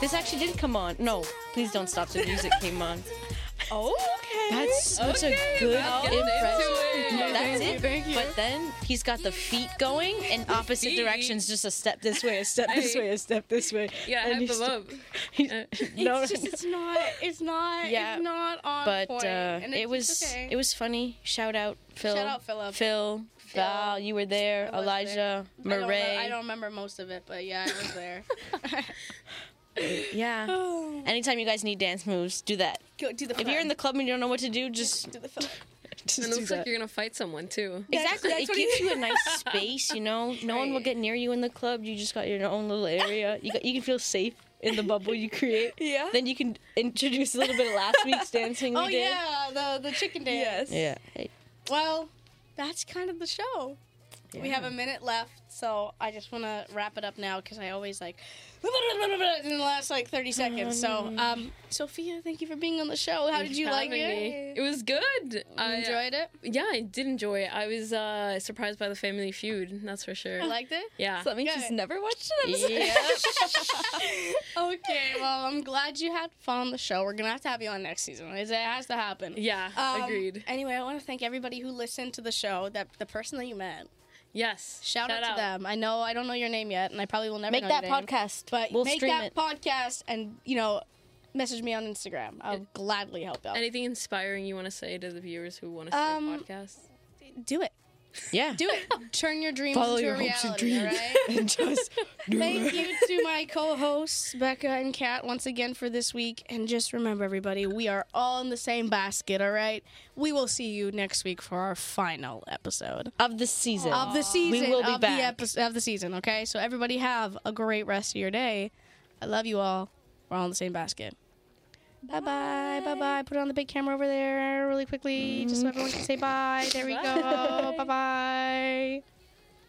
S5: This actually did come on. No, please don't stop. The music came on.
S4: Oh, okay.
S5: That's such a good
S3: that's good.
S5: impression.
S3: Into it.
S5: That's
S2: Thank you,
S5: it.
S2: thank you.
S5: But then he's got the feet going in opposite
S3: feet.
S5: directions, just a step this way, a step this
S3: Hey.
S5: way, a step this way.
S3: yeah,
S5: And
S3: hype
S5: he's
S3: them up.
S5: he's-
S3: Uh,
S5: no,
S2: It's just it's not it's not
S5: Yeah,
S2: it's not on
S5: but
S2: point.
S5: uh,
S2: and
S5: it
S2: it's
S5: was
S2: just okay.
S5: it was funny. Shout out Phil.
S2: Shout out Philip.
S5: Phil, Val, you were there.
S2: I was
S5: Elijah,
S2: I don't, re- I
S5: Murray.
S2: don't remember most of it, but yeah, I was there.
S5: Yeah. Anytime you guys need dance moves, do that.
S2: Go do the.
S5: If you're in the club and you don't know what to do, just
S2: do the Philip.
S5: just
S3: And it
S5: do
S3: looks
S5: that.
S3: like you're gonna fight someone too.
S5: Exactly.
S2: That's- that's
S5: it
S2: what he
S5: gives you a nice space, you know. No one will get near you in the club. You just got your own little area. You got, you can feel safe in the bubble you create.
S4: Yeah.
S5: Then you can introduce a little bit of last week's dancing we
S2: Oh
S5: did.
S2: yeah, the the chicken dance.
S4: yes.
S5: Yeah. Hey,
S2: Well, that's kind of the show. We
S5: yeah.
S2: have a minute left, so I just want to wrap it up now because I always like in the last like 30 seconds. So, um, Sophia, thank you for being on the show. How did you like
S3: Having
S2: it?
S3: me. It was good.
S2: You
S3: I uh,
S2: enjoyed it?
S3: Yeah, I did enjoy it. I was uh, surprised by the Family Feud. That's for sure.
S2: You liked it?
S3: yeah.
S4: So that means
S2: Got
S4: she's
S2: it.
S4: never watched an episode.
S5: Yeah.
S2: Okay, well, I'm glad you had fun on the show. We're gonna have to have you on next season. It has to happen.
S3: Yeah.
S2: Um,
S3: agreed.
S2: Anyway, I want to thank everybody who listened to the show. That the person that you met.
S3: Yes.
S2: Shout, out, to them. I know I don't know your name yet, and I probably will never
S5: Make
S2: know
S5: that
S2: your name,
S5: podcast.
S2: But
S5: we'll
S2: make
S5: stream
S2: that
S5: it.
S2: podcast, and you know, message me on Instagram. I'll gladly help out.
S3: Anything inspiring you want to say to the viewers who want to see
S2: Um,
S3: the podcast?
S2: Do it.
S5: Yeah.
S2: Do it. Turn your dreams
S5: Follow
S2: into
S5: your
S2: a
S5: hopes and
S2: reality. all
S5: dreams.
S2: right?
S5: and just do
S2: Thank
S5: it.
S2: you to my co-hosts Becca and Kat once again for this week. And just remember, everybody, we are all in the same basket. All right. We will see you next week for our final episode
S5: of the season.
S2: of the season.
S5: will be
S2: of
S5: back.
S2: The episode of the season. Okay. So everybody have a great rest of your day. I love you all. We're all in the same basket. Bye bye, bye bye. Put it on the big camera over there really quickly, just so everyone can say bye. There we go. Bye bye.